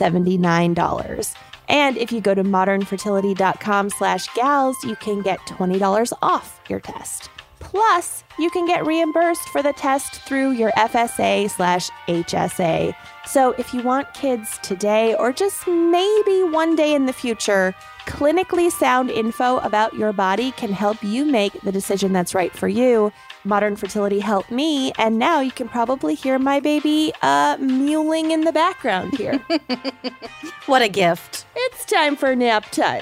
B: $179. And if you go to modernfertility.com slash gals, you can get $20 off your test. Plus, you can get reimbursed for the test through your FSA slash HSA. So if you want kids today or just maybe one day in the future, clinically sound info about your body can help you make the decision that's right for you. Modern fertility helped me, and now you can probably hear my baby uh, mewling in the background here.
E: What a gift.
B: it's time for nap time.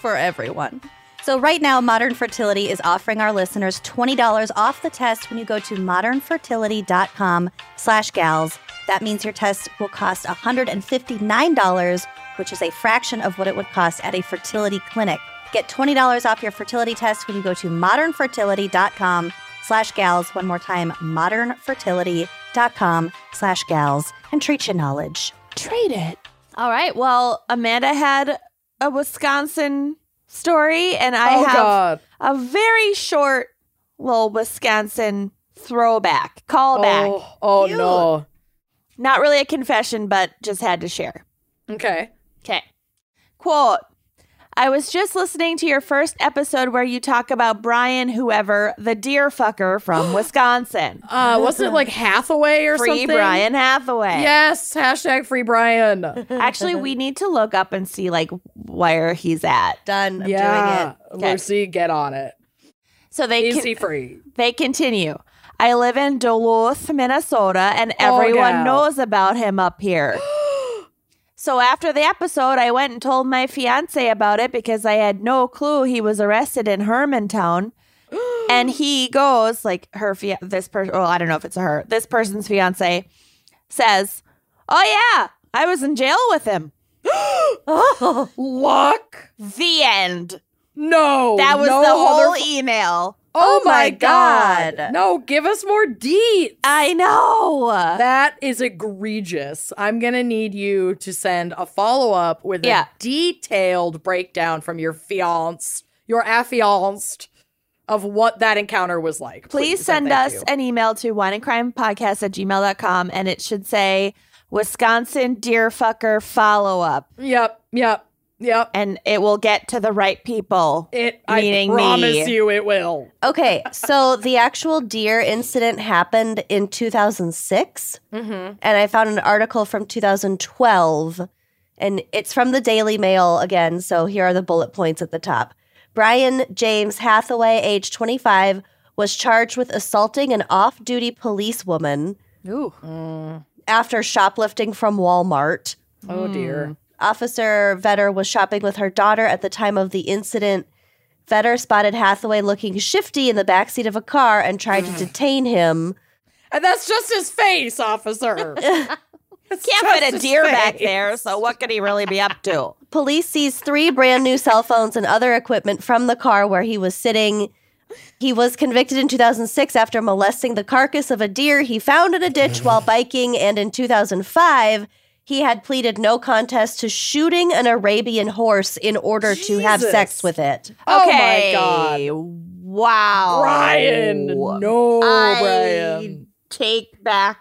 C: for everyone.
E: So, right now, Modern Fertility is offering our listeners $20 off the test when you go to modernfertility.com slash gals. That means your test will cost $159, which is a fraction of what it would cost at a fertility clinic. Get $20 off your fertility test when you go to modernfertility.com slash gals. One more time, modernfertility.com slash gals. And treat your knowledge.
B: Trade it. All right. Well, Amanda had a Wisconsin story, and I
A: oh
B: have
A: God.
B: a very short little Wisconsin throwback, callback.
A: Oh, oh
E: Cute.
A: no.
B: Not really a confession, but just had to share.
A: Okay.
B: Okay. Quote I was just listening to your first episode where you talk about Brian, whoever, the deer
A: [GASPS]
B: fucker from Wisconsin.
A: Uh,
B: [LAUGHS]
A: wasn't it like Hathaway or
B: Free
A: something?
B: Brian Hathaway.
A: Yes. Hashtag free
B: [LAUGHS]
A: Brian.
B: Actually, we need to look up and see like where he's at.
E: Done. I'm
A: yeah.
E: doing it.
B: Okay.
A: Lucy, get on it.
B: So they
A: Easy
B: can,
A: free.
B: they continue. I live in Duluth, Minnesota, and
A: Oh, gal.
B: everyone knows about him
A: [GASPS]
B: up here. so after the episode, I went and told my fiance about it because I had no clue he was arrested
A: [GASPS]
B: in Hermantown. and he goes like her fia- this person. Well, I don't know if it's a her. This person's fiance says, "Oh yeah, I was in jail with him."
A: Luck?
B: The end.
A: No.
B: That was
A: no
B: the whole
A: other-
B: email.
A: oh my
E: God.
A: god. No, give us more deets.
B: I know.
A: That is egregious. I'm going to need you to send a follow up with
B: Yeah.
A: a detailed breakdown from your fianced, your affianced, of what that encounter was like.
B: please
A: and
B: send
A: thank
B: us
A: you.
B: an email to wineandcrimepodcast at gmail.com and it should say Wisconsin deer fucker follow up
A: Yep, yep, yep.
B: and it will get to the right people.
A: It,
B: Meaning
A: I
B: me.
A: promise you it will.
C: Okay, so the actual deer incident happened in 2006,
A: Mm-hmm.
C: and I found an article from 2012, and it's from the Daily Mail again. So here are the bullet points at the top. Brian James Hathaway, age 25, was charged with assaulting an off duty policewoman
B: Ooh.
C: after shoplifting from Walmart.
A: Oh,
B: Hmm.
A: dear.
C: Officer Vetter was shopping with her daughter at the time of the incident. Vetter spotted Hathaway looking shifty in the backseat of a car and tried to detain him.
A: And that's just his face,
B: [LAUGHS]
A: officer. It's
B: Can't
A: just
B: put a
A: his
B: deer back
A: face. Oh
B: there, so what could he really be up
A: [LAUGHS]
B: to?
C: Police seized three brand new cell phones and other equipment from the car where he was sitting. He was convicted in 2006 after molesting the carcass of a deer he found in a ditch while biking, and in 2005, he had pleaded no contest to shooting an Arabian horse in order to have
A: Jesus.
C: sex with it.
A: Oh, my
B: okay.
A: God.
B: Wow.
A: Brian, no,
B: I-
A: Brian.
B: Take back.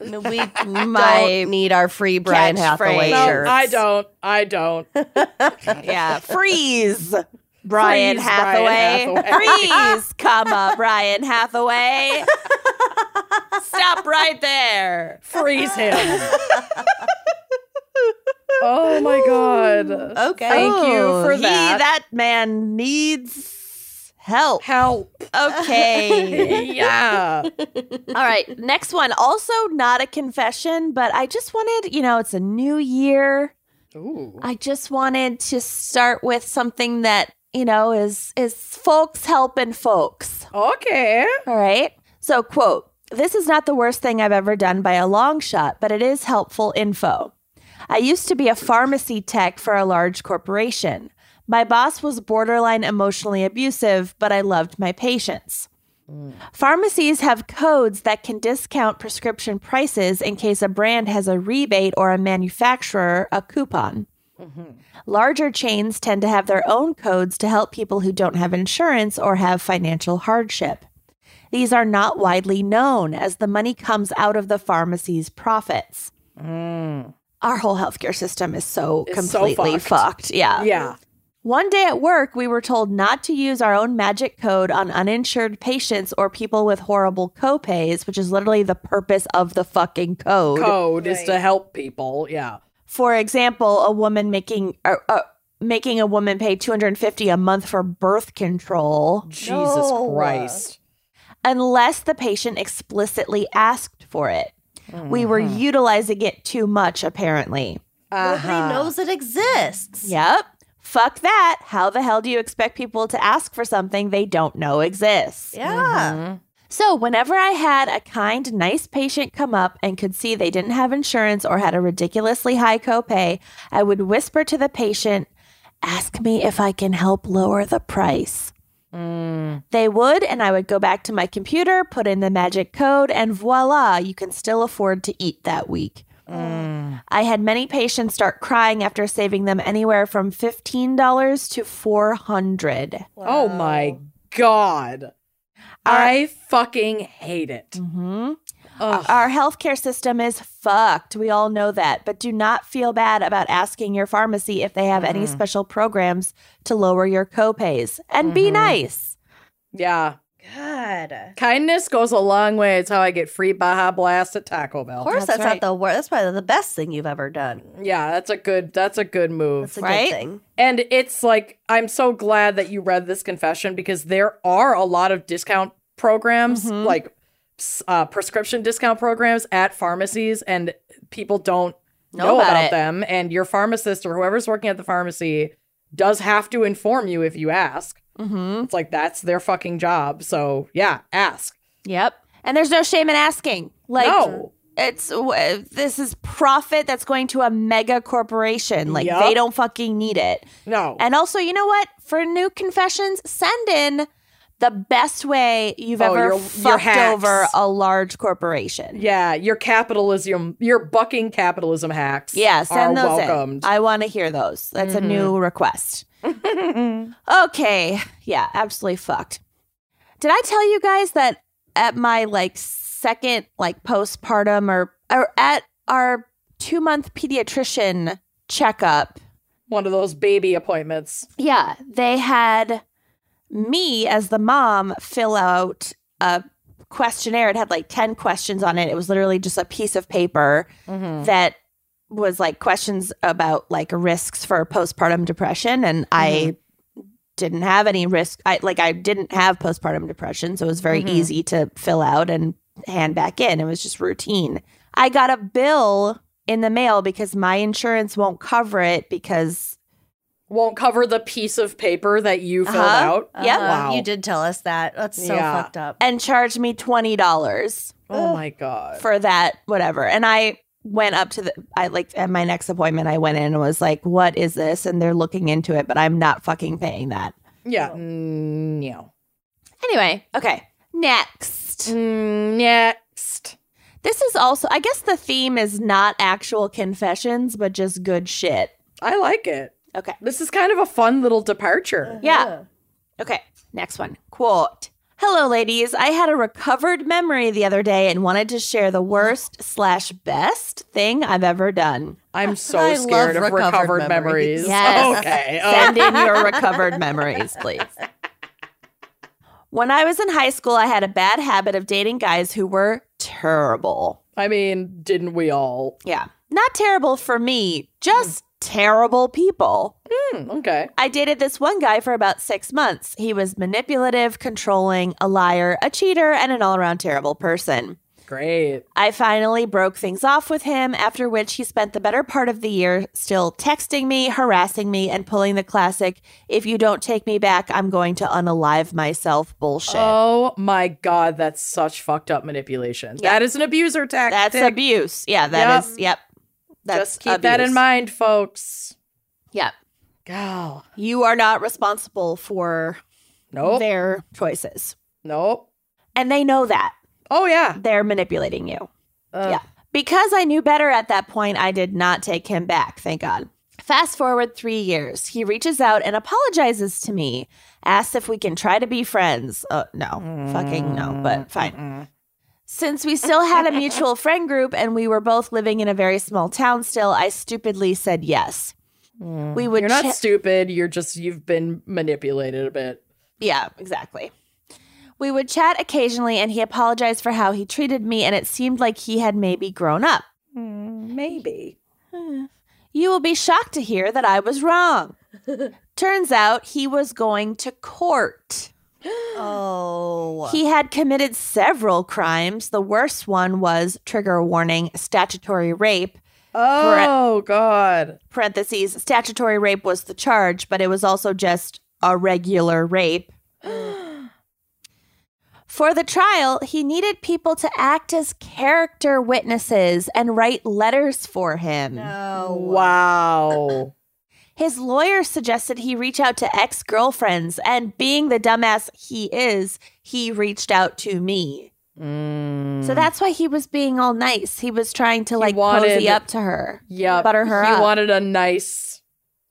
C: We
B: My-
C: [LAUGHS] don't need our free Brian
B: Catchphrase.
C: Hathaway
A: No,
C: shirts.
A: I don't. I don't. [LAUGHS]
B: Yeah. Freeze. Brian
A: Freeze,
B: Hathaway.
A: Brian Hathaway.
B: Freeze, comma,
A: [LAUGHS]
B: Brian Hathaway. Stop right there.
A: Freeze him. oh my god.
C: Okay.
A: Thank you for
B: Oh, he,
A: that.
B: that man needs help. [LAUGHS]
A: Help.
B: Okay.
A: yeah.
B: [LAUGHS] All right. Next one. Also, not a confession, but I just wanted, you know, it's a new year.
A: Ooh.
B: I just wanted to start with something that, you know, is is folks helping folks.
A: Okay.
B: All right. So, quote, this is not the worst thing I've ever done by a long shot, but it is helpful info. I used to be a pharmacy tech for a large corporation. My boss was borderline emotionally abusive, but I loved my patients. Pharmacies have codes that can discount prescription prices in case a brand has a rebate or a manufacturer a coupon.
A: Mm-hmm.
B: Larger chains tend to have their own codes to help people who don't have insurance or have financial hardship. These are not widely known as the money comes out of the pharmacy's profits. Our whole healthcare system is so
A: Mm. It's so
B: completely
A: fucked.
B: fucked. Yeah.
A: Yeah.
B: One day at work, we were told not to use our own magic code on uninsured patients or people with horrible copays, which is literally the purpose of the fucking code.
A: Code is to help people. Yeah.
B: For example, a woman making uh, uh, making a woman pay 250 a month for birth control
A: Jesus Christ.
B: unless the patient explicitly asked for it. We were utilizing it too much apparently.
C: Uh-huh.
E: Nobody knows it exists.
B: Yep. Fuck that. How the hell do you expect people to ask for something they don't know exists?
E: Yeah.
B: So, whenever I had a kind, nice patient come up and could see they didn't have insurance or had a ridiculously high copay, I would whisper to the patient, Ask me if I can help lower the price. They would, and I would go back to my computer, put in the magic code, and voila, you can still afford to eat that week. I had many patients start crying after saving them anywhere from $15 to 400
A: Oh my god. I Mm. fucking hate it.
B: Mm-hmm.
A: Ugh.
B: Our healthcare system is fucked. We all know that, but do not feel bad about asking your pharmacy if they have any
A: Mm-hmm.
B: special programs to lower your copays and
A: Mm-hmm.
B: be nice.
A: Yeah.
E: God.
A: Kindness goes a long way. It's how I get free Baja Blast at Taco
C: Of
A: Bell.
B: That's
C: course, that's,
B: right.
C: not the worst. That's probably the best thing you've ever done.
A: Yeah, that's a good that's a good move.
C: That's a
B: Right?
C: good thing.
A: And it's like I'm so glad that you read this confession because there are a lot of discount programs,
B: Mhm.
A: like s- uh, prescription discount programs at pharmacies, and people don't know,
B: Know about
A: about,
B: it.
A: them. And your pharmacist or whoever's working at the pharmacy does have to inform you if you ask.
B: Mm-hmm.
A: It's like that's their fucking job. So yeah, ask.
B: Yep. And there's no shame in asking. Like
A: no,
B: it's w- this is profit that's going to a mega corporation. Like
A: Yup.
B: they don't fucking need it.
A: no.
B: And also, you know what? For new confessions, send in the best way you've
A: Oh,
B: ever
A: your- your
B: fucked
A: hacks.
B: over a large corporation.
A: yeah, your capitalism, your bucking capitalism hacks.
B: Yeah, send
A: are
B: those
A: welcomed. Mm-hmm.
B: in. I want to hear those. That's a
A: [LAUGHS]
B: new request. okay. Yeah, absolutely fucked. Did I tell you guys that at my like second like postpartum or or at our 2 month pediatrician checkup,
A: One of those baby appointments.
B: yeah, they had me as the mom fill out a questionnaire. It had like 10 questions on it. It was literally just a piece of paper that was like questions about like risks for postpartum depression. And I didn't have any risk. I like, I didn't have postpartum depression. So it was very
A: Mhm.
B: easy to fill out and hand back in. It was just routine. I got a bill in the mail because my insurance won't cover it because
A: won't cover the piece of paper that you filled
B: Uh-huh.
A: out.
B: Yep.
A: Wow.
E: You did tell us that. That's so
A: Yeah.
E: fucked up.
B: and charged me twenty dollars
A: Oh my god.
B: for that, whatever. And I went up to the I like at my next appointment I went in and was like, What is this? And they're looking into it, but I'm not fucking paying that.
A: yeah. Mm, no.
B: Anyway, okay. Next.
A: Mm, next.
B: This is also I guess the theme is not actual confessions, but just good shit.
A: I like it.
B: Okay.
A: This is kind of a fun little departure.
B: Yeah. Okay, next one. Quote Hello, ladies. I had a recovered memory the other day and wanted to share the worst slash best thing I've ever done. [LAUGHS]
A: I'm so
E: I love
A: scared of
E: recovered
A: recovered,
E: memories.
A: memories.
B: Yes. [LAUGHS]
A: Okay. Oh,
B: Send in your recovered memories, please. When I was in high school, I had a bad habit of dating guys who were terrible.
A: I mean, didn't we all?
B: Yeah. Not terrible for me, just terrible people.
A: Hmm, okay.
B: I dated this one guy for about six months. He was manipulative, controlling, a liar, a cheater, and an all around terrible person.
A: Great.
B: I finally broke things off with him, after which he spent the better part of the year still texting me, harassing me, and pulling the classic, if you don't take me back, I'm going to unalive myself bullshit.
A: Oh my god, that's such fucked up manipulation.
B: Yeah.
A: That is an abuser tactic.
B: That's abuse. Yeah, that
A: Yep.
B: is. yep. That's
A: Just keep that in
B: abuse.
A: mind, folks.
B: Yep.
A: Gal.
B: You are not responsible for
A: Nope.
B: their choices.
A: Nope.
B: And they know that.
A: Oh yeah.
B: They're manipulating you.
A: Uh,
B: Yeah. Because I knew better at that point, I did not take him back, thank God. Fast forward three years, he reaches out and apologizes to me, asks if we can try to be friends. Uh, no, fucking no,
A: Mm,
B: but fine. Since we still had a
A: [LAUGHS]
B: mutual friend group and we were both living in a very small town still, I stupidly said yes. We would
A: Mm. You're not
B: cha-
A: stupid. You're just you've been manipulated a bit.
B: Yeah, exactly. We would chat occasionally, and he apologized for how he treated me, and it seemed like he had maybe grown up. Eh,
A: Maybe.
B: You will be shocked to hear that I was wrong. Turns out he was going to court.
E: Oh.
B: He had committed several crimes. The worst one was trigger warning statutory rape.
A: Oh god.
B: Parentheses, statutory rape was the charge, but it was also just a regular rape. For the trial, he needed people to act as character witnesses and write letters for him.
E: no.
A: Wow.
B: His lawyer suggested he reach out to ex girlfriends, and being the dumbass he is, he reached out to me.
A: [LAUGHS] Mm.
B: So that's why he was being all nice. He was trying to like
A: wanted-
B: cozy up to her.
A: Yep.
B: Butter her
A: he
B: up.
A: wanted a nice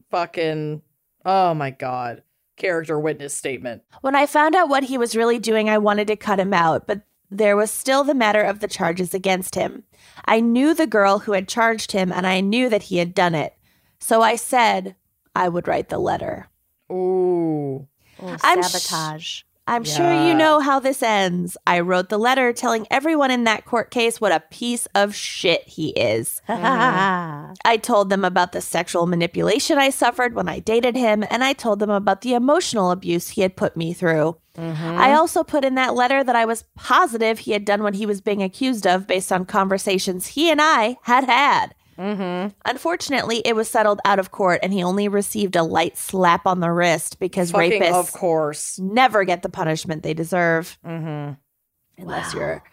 A: fucking oh my god. Character witness statement.
B: When I found out what he was really doing, I wanted to cut him out, but there was still the matter of the charges against him. I knew the girl who had charged him, and I knew that he had done it. So I said I would write the letter.
A: Ooh.
E: Oh,
B: I'm sh-
E: sabotage. [LAUGHS]
B: I'm sure you
A: Yeah.
B: know how this ends. I wrote the letter telling everyone in that court case what a piece of shit he is. I told them about the sexual manipulation I suffered when I dated him, and I told them about the emotional abuse he had put me through.
A: Mm-hmm.
B: I also put in that letter that I was positive he had done what he was being accused of based on conversations he and I had had.
A: Mm-hmm.
B: Unfortunately, it was settled out of court, and he only received a light slap on the wrist because
A: Fucking
B: rapists
A: of course.
B: never get the punishment they deserve
A: Mm-hmm.
B: unless you're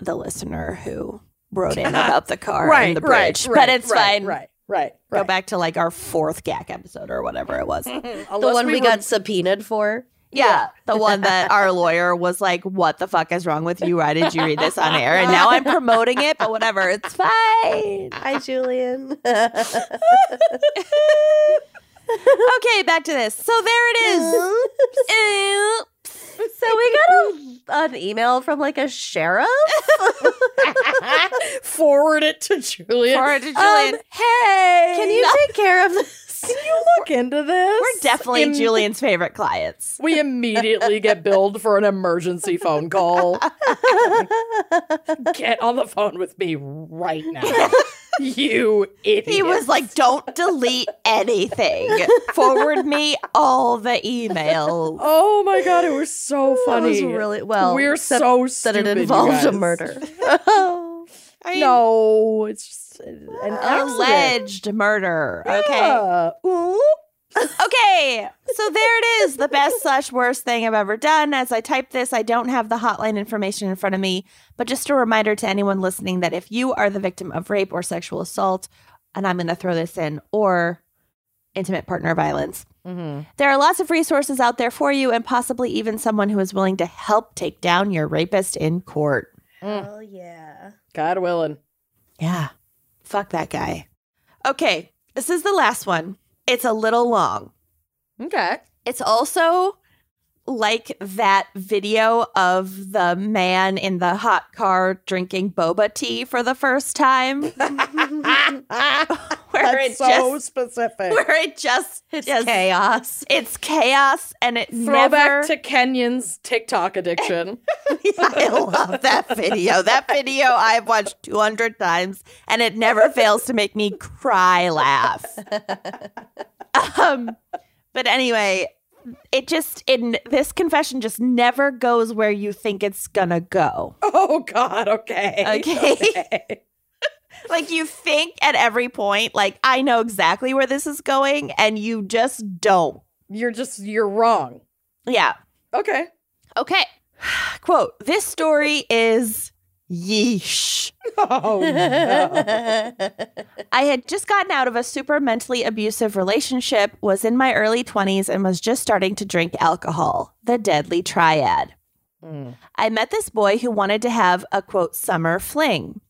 B: the listener who wrote in about the car and
A: [LAUGHS]
B: the
A: right,
B: bridge.
A: right,
B: but it's
A: right,
B: fine.
A: Right, right,
B: Go
A: right.
B: back to like our fourth GAC episode or whatever it was. yeah,
A: Uh,
C: the one we got subpoenaed for.
B: the one that our lawyer was like, "What the fuck is wrong with you? Why did you read this on air?" And now I'm promoting it, but whatever, it's fine.
C: Hi, [LAUGHS] Julian.
B: Okay, back to this. So there it is. Ew.
C: So we got a, [LAUGHS] an email from like a [LAUGHS] sheriff.
A: forward it to Julia.
B: Forward to
A: Um,
B: Julian.
A: hey,
C: Can you take care of this?
A: look into this?
B: We're definitely
A: Im-
B: Julian's favorite clients.
A: We immediately get billed for an emergency phone call. get on the phone with me right now, you idiot.
B: He was like, don't delete anything. Forward me all the emails.
A: Oh my god, it was so funny.
C: That was really well.
A: We're
C: except
A: so stupid.
C: that it
A: you
C: involved a
A: guys.
C: murder.
A: No, it's just an accident.
B: Alleged murder. Okay.
A: Yeah. Ooh.
C: [LAUGHS]
B: Okay. So there it is. The best slash worst thing I've ever done. As I type this, I don't have the hotline information in front of me, but just a reminder to anyone listening that if you are the victim of rape or sexual assault, and I'm going to throw this in, or intimate partner violence,
C: Mm-hmm.
B: There are lots of resources out there for you and possibly even someone who is willing to help take down your rapist in court.
C: Hell yeah.
A: God willing.
B: Yeah. Fuck that guy. Okay, this is the last one. It's a little long.
A: Okay.
B: It's also like that video of the man in the hot car drinking boba tea for the first
A: [LAUGHS]
B: time. [LAUGHS] where
A: That's
B: it
A: so
B: just
A: specific.
B: where it just
C: It's
B: yes.
C: chaos.
B: it's chaos and it never
A: Throwback to Kenyon's TikTok addiction. [LAUGHS]
B: [LAUGHS] I love that video. That video I've watched 200 times and it never fails to make me cry laugh. Um, but anyway, it just in this confession just never goes where you think it's gonna go.
A: oh God. Okay.
B: Okay.
A: okay.
B: Like you think at every point like I know exactly where this is going and you just don't.
A: You're just you're wrong.
B: Yeah.
A: Okay.
B: Okay. [SIGHS] Quote, this story is yeesh.
A: [LAUGHS] Oh no.
B: I had just gotten out of a super mentally abusive relationship, was in my early 20s, and was just starting to drink alcohol, the deadly triad.
A: Mm.
B: I met this boy who wanted to have a quote summer fling.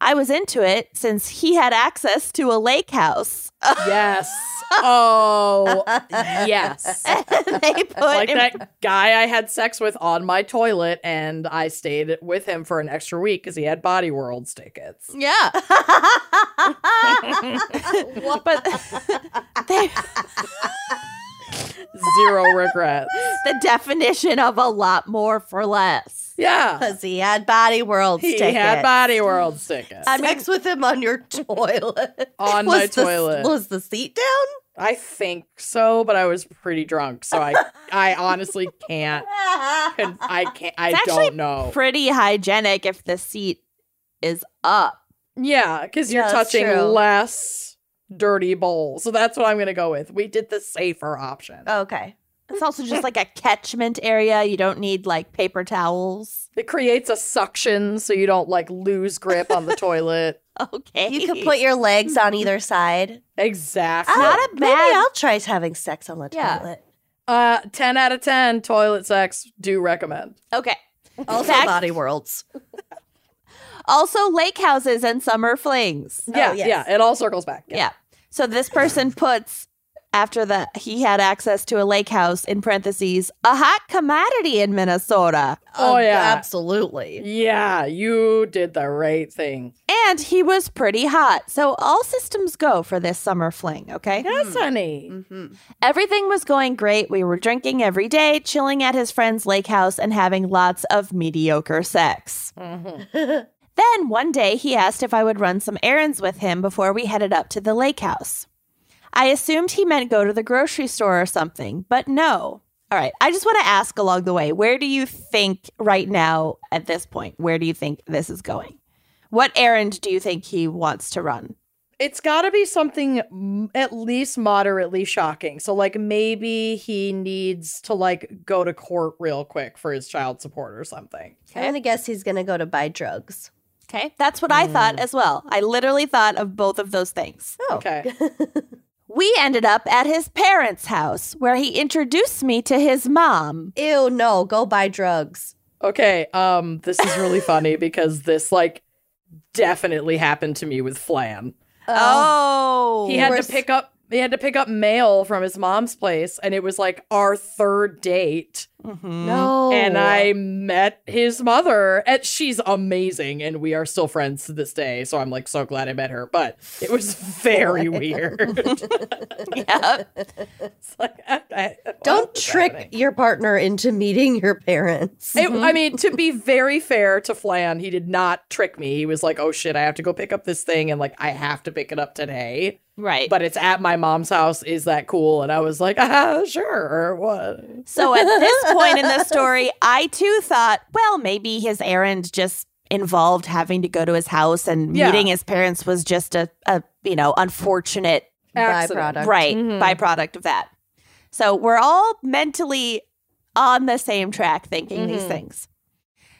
B: I was into it since he had access to a lake house. [LAUGHS]
A: Yes. Oh yes. [LAUGHS]
B: they put
A: Like
B: him-
A: that guy I had sex with on my toilet, and I stayed with him for an extra week because he had Body Worlds tickets.
B: Yeah. but [LAUGHS] they,
A: Zero regrets.
B: the definition of a lot more for less.
A: Yeah.
C: Because he had Body World
A: He
C: tickets.
A: had Body Worlds tickets
C: Sex with him on
A: [LAUGHS]
C: your toilet.
A: on
C: was
A: my
C: the,
A: toilet.
C: Was the seat down?
A: I think so, but I was pretty drunk, so I I honestly can't. con- I can't. I
B: It's actually
A: don't know.
B: Pretty hygienic if the seat is up.
A: yeah, because you're
C: Yeah, that's
A: touching
C: true.
A: less dirty bowl, so that's what I'm gonna go with. We did the safer option Uh,
E: Oh,
C: Okay.
B: It's also just like a catchment area. You don't need like paper towels.
A: It creates a suction, so you don't like lose grip on
C: [LAUGHS]
A: the toilet.
B: [LAUGHS] Okay.
C: You could put your
B: [LAUGHS]
C: legs on either side.
A: Exactly.
B: Not a bad-
C: Maybe I'll try having sex on the
B: Yeah.
C: toilet.
A: uh, ten out of ten toilet sex. Do recommend.
B: Okay.
C: Also,
B: Back-
C: Body Worlds.
B: Also lake houses and summer flings.
A: Yeah,
C: Oh, yes.
A: yeah. It all circles back.
B: Yeah. So this person puts after the he had access to a lake house in parentheses, a hot commodity in Minnesota.
A: Oh,
C: Um,
A: yeah.
C: absolutely.
A: Yeah, you did the right thing.
B: And he was pretty hot. So all systems go for this summer fling, okay?
A: Yes, honey.
B: Everything was going great. We were drinking every day, chilling at his friend's lake house, and having lots of mediocre sex.
A: Mhm.
B: Then one day he asked if I would run some errands with him before we headed up to the lake house. I assumed he meant go to the grocery store or something, but no. All right, I just want to ask along the way where do you think right now at this point, where do you think this is going? What errand do you think he wants to run?
A: It's got to be something m- at least moderately shocking. So, like, maybe he needs to like go to court real quick for his child support or something.
C: I'm going to guess he's going to go to buy drugs.
B: Okay, that's what I thought as well. I literally thought of both of those things.
A: Okay.
B: We ended up at his parents' house where he introduced me to his mom.
C: Ew, no, go buy drugs.
A: Okay. Um, this is really funny because this like definitely happened to me with Flan.
B: Oh.
A: He had to
C: Worse.
A: pick up. He had to pick up mail from his mom's place, and it was like our third date.
C: no.
A: And I met his mother, and she's amazing, and we are still friends to this day. So I'm like so glad I met her, but it was very weird. [LAUGHS] It's like, I- I-
C: Don't
A: what is
C: trick
A: happening?
C: your partner into meeting your parents.
A: It- I mean, to be very fair to Flan, he did not trick me. He was like, "Oh shit, I have to go pick up this thing, and like I have to pick it up today,
B: Right.
A: but it's at my mom's house. Is that cool?" And I was like, [LAUGHS] "Ah, sure, or what?"
B: so at this point in the story, I too thought, well, maybe his errand just involved having to go to his house and
A: Yeah.
B: meeting his parents was just a, a you know, unfortunate
A: Accident.
C: Byproduct.
B: right
A: Mhm.
B: byproduct of that. So we're all mentally on the same track thinking these
C: Mm-hmm.
A: Mhm.
B: things.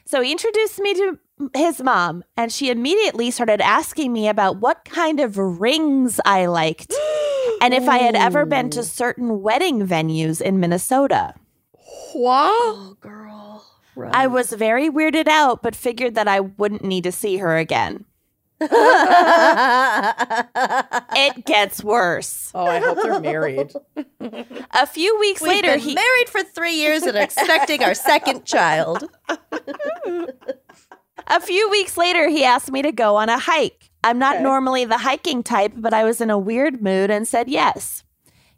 B: So he introduced me to his mom, and she immediately started asking me about what kind of rings I
C: [GASPS]
B: liked and if I had ever been to certain wedding venues in Minnesota.
A: What?
C: Oh, girl.
B: I was very weirded out, but figured that I wouldn't need to see her again. It gets worse.
A: Oh, I hope they're
C: [LAUGHS]
A: married.
B: A few weeks
C: [LAUGHS] We've
B: later,
C: been
B: he
C: married for three years and expecting our second child.
B: A few weeks later, he asked me to go on a hike. I'm not normally the hiking type, but I was in a weird mood and said yes.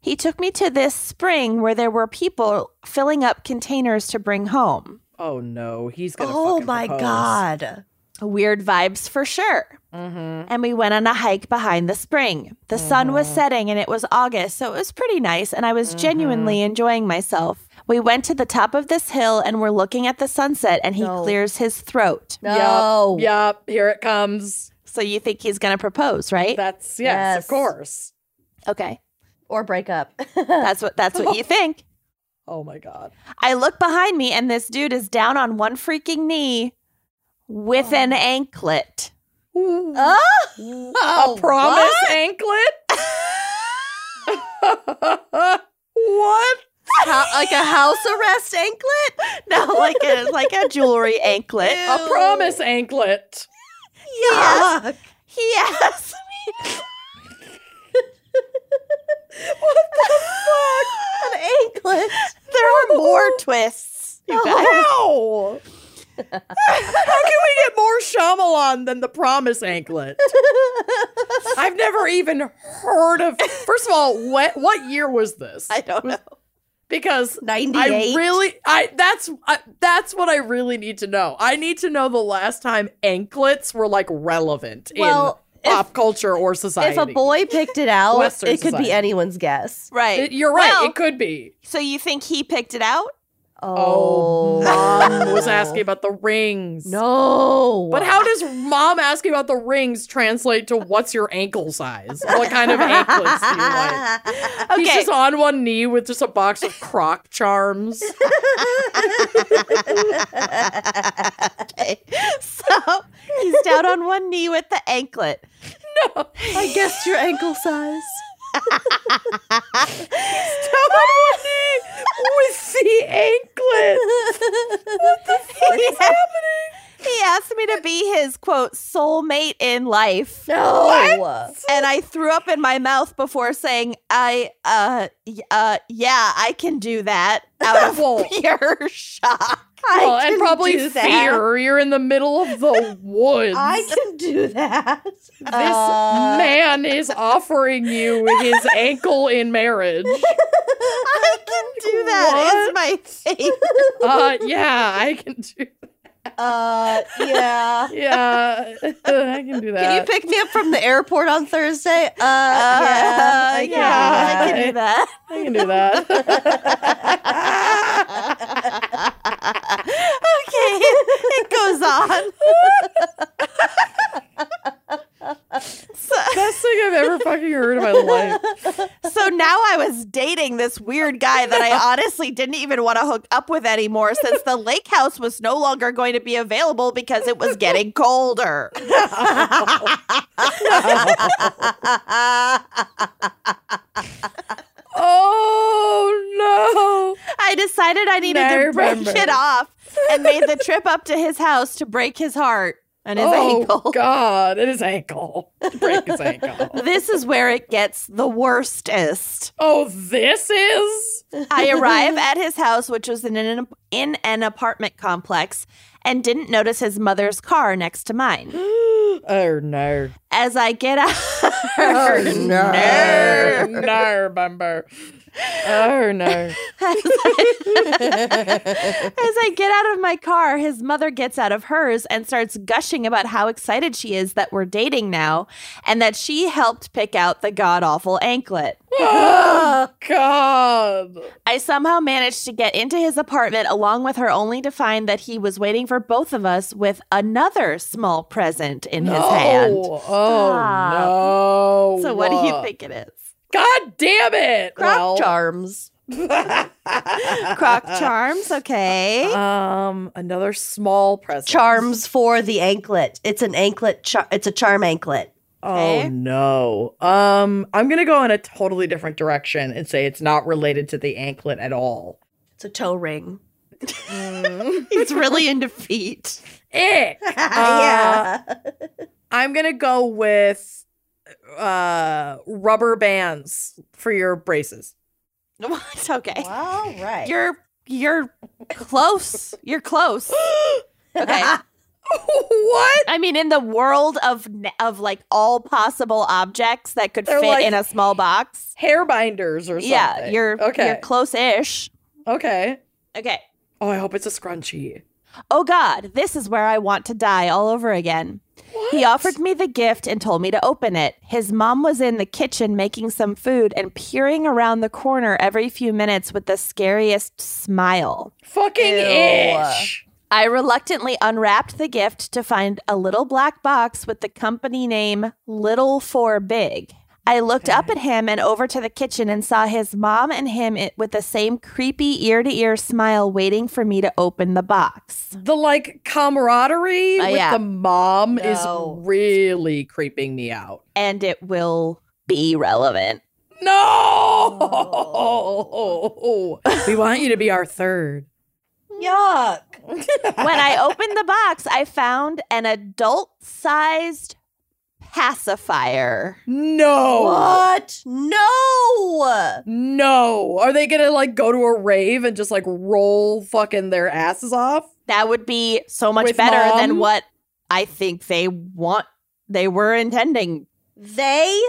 B: He took me to this spring where there were people filling up containers to bring home.
A: Oh no, he's gonna.
C: Oh
A: fucking
C: my
A: propose.
C: god!
B: Weird vibes for sure. And we went on a hike behind the spring. The sun was setting and it was August, so it was pretty nice, and I was genuinely enjoying myself. We went to the top of this hill and we're looking at the sunset, and he clears his throat.
C: No.
A: Yep, yep. Here it comes.
B: So you think he's going to propose, right?
A: That's yes,
C: Yes.
A: of course.
B: okay.
C: Or break up. [LAUGHS]
B: That's what
A: [LAUGHS]
B: that's what you think.
A: Oh my god.
B: I look behind me and this dude is down on one freaking knee with an
A: Oh.
B: anklet. [LAUGHS]
C: Oh,
A: a promise
C: [LAUGHS]
A: anklet. what?
C: Ho- like a house arrest anklet?
B: No, like a like a
A: [LAUGHS]
B: jewelry
A: [LAUGHS]
B: anklet.
A: A promise anklet.
B: Yes. He asked me.
C: An anklet.
B: There
A: [LAUGHS]
B: are more twists. [LAUGHS]
C: [LAUGHS]
B: You guys.
A: How? How can we get more Shyamalan than the promise anklet?
C: [LAUGHS]
A: I've never even heard of. First of all, what what year was this?
B: I don't know.
A: Because I
C: 98.
A: really, I that's I, that's what I really need to know. I need to know the last time anklets were like relevant
C: Well,
A: in
C: if-
A: pop culture or society.
C: If a boy picked it out,
A: Western
C: it could
A: society.
C: be anyone's guess.
B: Right.
A: It- Uh, you're right.
B: Well,
A: it could be.
B: so you think he picked it out?
A: Oh, mom was asking about the rings.
C: [LAUGHS] No.
A: But how does mom asking about the rings translate to what's your ankle size? What kind of anklets do you like?
C: [LAUGHS]
B: Okay.
A: He's just on one knee with just a box of croc charms.
B: so he's
A: [LAUGHS]
B: down on one knee with the anklet.
C: I guessed your ankle size.
A: with the anklet.
B: he asked- He asked me to be his quote soulmate in life.
C: No.
B: and I threw up in my mouth before saying, "I, uh, y- uh, yeah, I can do that."
A: [LAUGHS]
B: Out of
A: Well,
B: [LAUGHS] pure shock.
A: well,
C: [LAUGHS] I
A: and
C: can
A: probably
C: do that.
A: fear. You're in the middle of the woods.
C: I Uh. can do that.
A: this man is offering you his ankle in marriage.
C: [LAUGHS]
B: I can do that. It's my thing.
A: Uh, yeah, I can do.
C: Uh,
B: [LAUGHS]
C: yeah.
A: Yeah, [LAUGHS] I can do that.
C: Can you pick me up from the airport on Thursday? Uh, yeah, I can do
A: yeah.
C: that.
B: I can do that.
A: I can do
C: [LAUGHS]
A: that.
B: [LAUGHS] Okay, it goes on.
A: Best thing I've ever fucking heard in my life.
B: So now I was dating this weird guy
A: [LAUGHS]
B: that I honestly didn't even want to hook up with anymore since the lake house was no longer going to be available because it
A: [LAUGHS]
B: was getting colder.
A: Oh no!
B: I decided I needed
A: Now I
B: to break
A: remember.
B: it off and made the trip up to his house to break his heart and his
A: oh
B: ankle. [LAUGHS]
A: god, it is ankle. Break his ankle.
B: This is where it gets the worstest.
A: Oh, this
B: [GASPS]
A: is.
B: I arrive at his house, which was in an, in an apartment complex, and didn't notice his mother's car next to mine.
A: Oh no!
B: As I get out,
A: Oh,
C: er,
A: No, no, bumper. Oh
B: [LAUGHS]
A: no!
B: [LAUGHS] As I get out of my car, his mother gets out of hers and starts gushing about how excited she is that we're dating now and that she helped pick out the god awful anklet.
A: Oh god!
B: I somehow managed to get into his apartment along with her, only to find that he was waiting for both of us with another small present in his hand.
A: Oh, oh no!
B: So, what do you
A: Uh,
B: think it is?
A: God damn it!
C: Crop
A: well,
C: charms.
B: [LAUGHS] Croc charms, okay.
A: [LAUGHS]
B: [LAUGHS]
A: Um, another small present.
C: Charms for the anklet. It's an anklet. Char- it's a charm anklet.
A: Oh no. Um, I'm gonna go in a totally different direction and say it's not related to the anklet at all.
C: It's a toe
A: [LAUGHS]
C: ring.
B: Mm. He's really into feet.
A: Eh.
C: yeah.
A: I'm gonna go with uh rubber bands for your braces. [LAUGHS]
B: it's okay.
E: All right.
B: You're you're close. You're
A: [GASPS]
B: close. Okay.
A: [LAUGHS] what?
B: I mean, in the world of n- of like all possible objects that could
A: They're
B: fit
A: like-
B: in a small box.
A: Hair binders or something.
B: Yeah, you're
A: okay.
B: you're close-ish.
A: okay.
B: Okay.
A: Oh, I hope it's a scrunchie.
B: Oh God, this is where I want to die all over again. He offered me the gift and told me to open it. His mom was in the kitchen making some food and peering around the corner every few minutes with the scariest smile.
A: Fucking ish.
B: I reluctantly unwrapped the gift to find a little black box with the company name Little for Big. I looked up at him and over to the kitchen and saw his mom and him i- with the same creepy ear to ear smile waiting for me to open the box.
A: The like camaraderie
B: Uh,
A: with
B: yeah.
A: the mom
E: No.
A: is really creeping me out.
B: And it will be relevant.
A: No,
E: Oh.
A: we want you to be our third.
E: Yuck.
B: when I opened the box, I found an adult sized pacifier.
A: No,
E: What? No.
A: no. Are they gonna like go to a rave and just like roll fucking their asses off?
B: That would be so much
A: With
B: better than
A: mom?
B: what I think they want they were intending.
E: They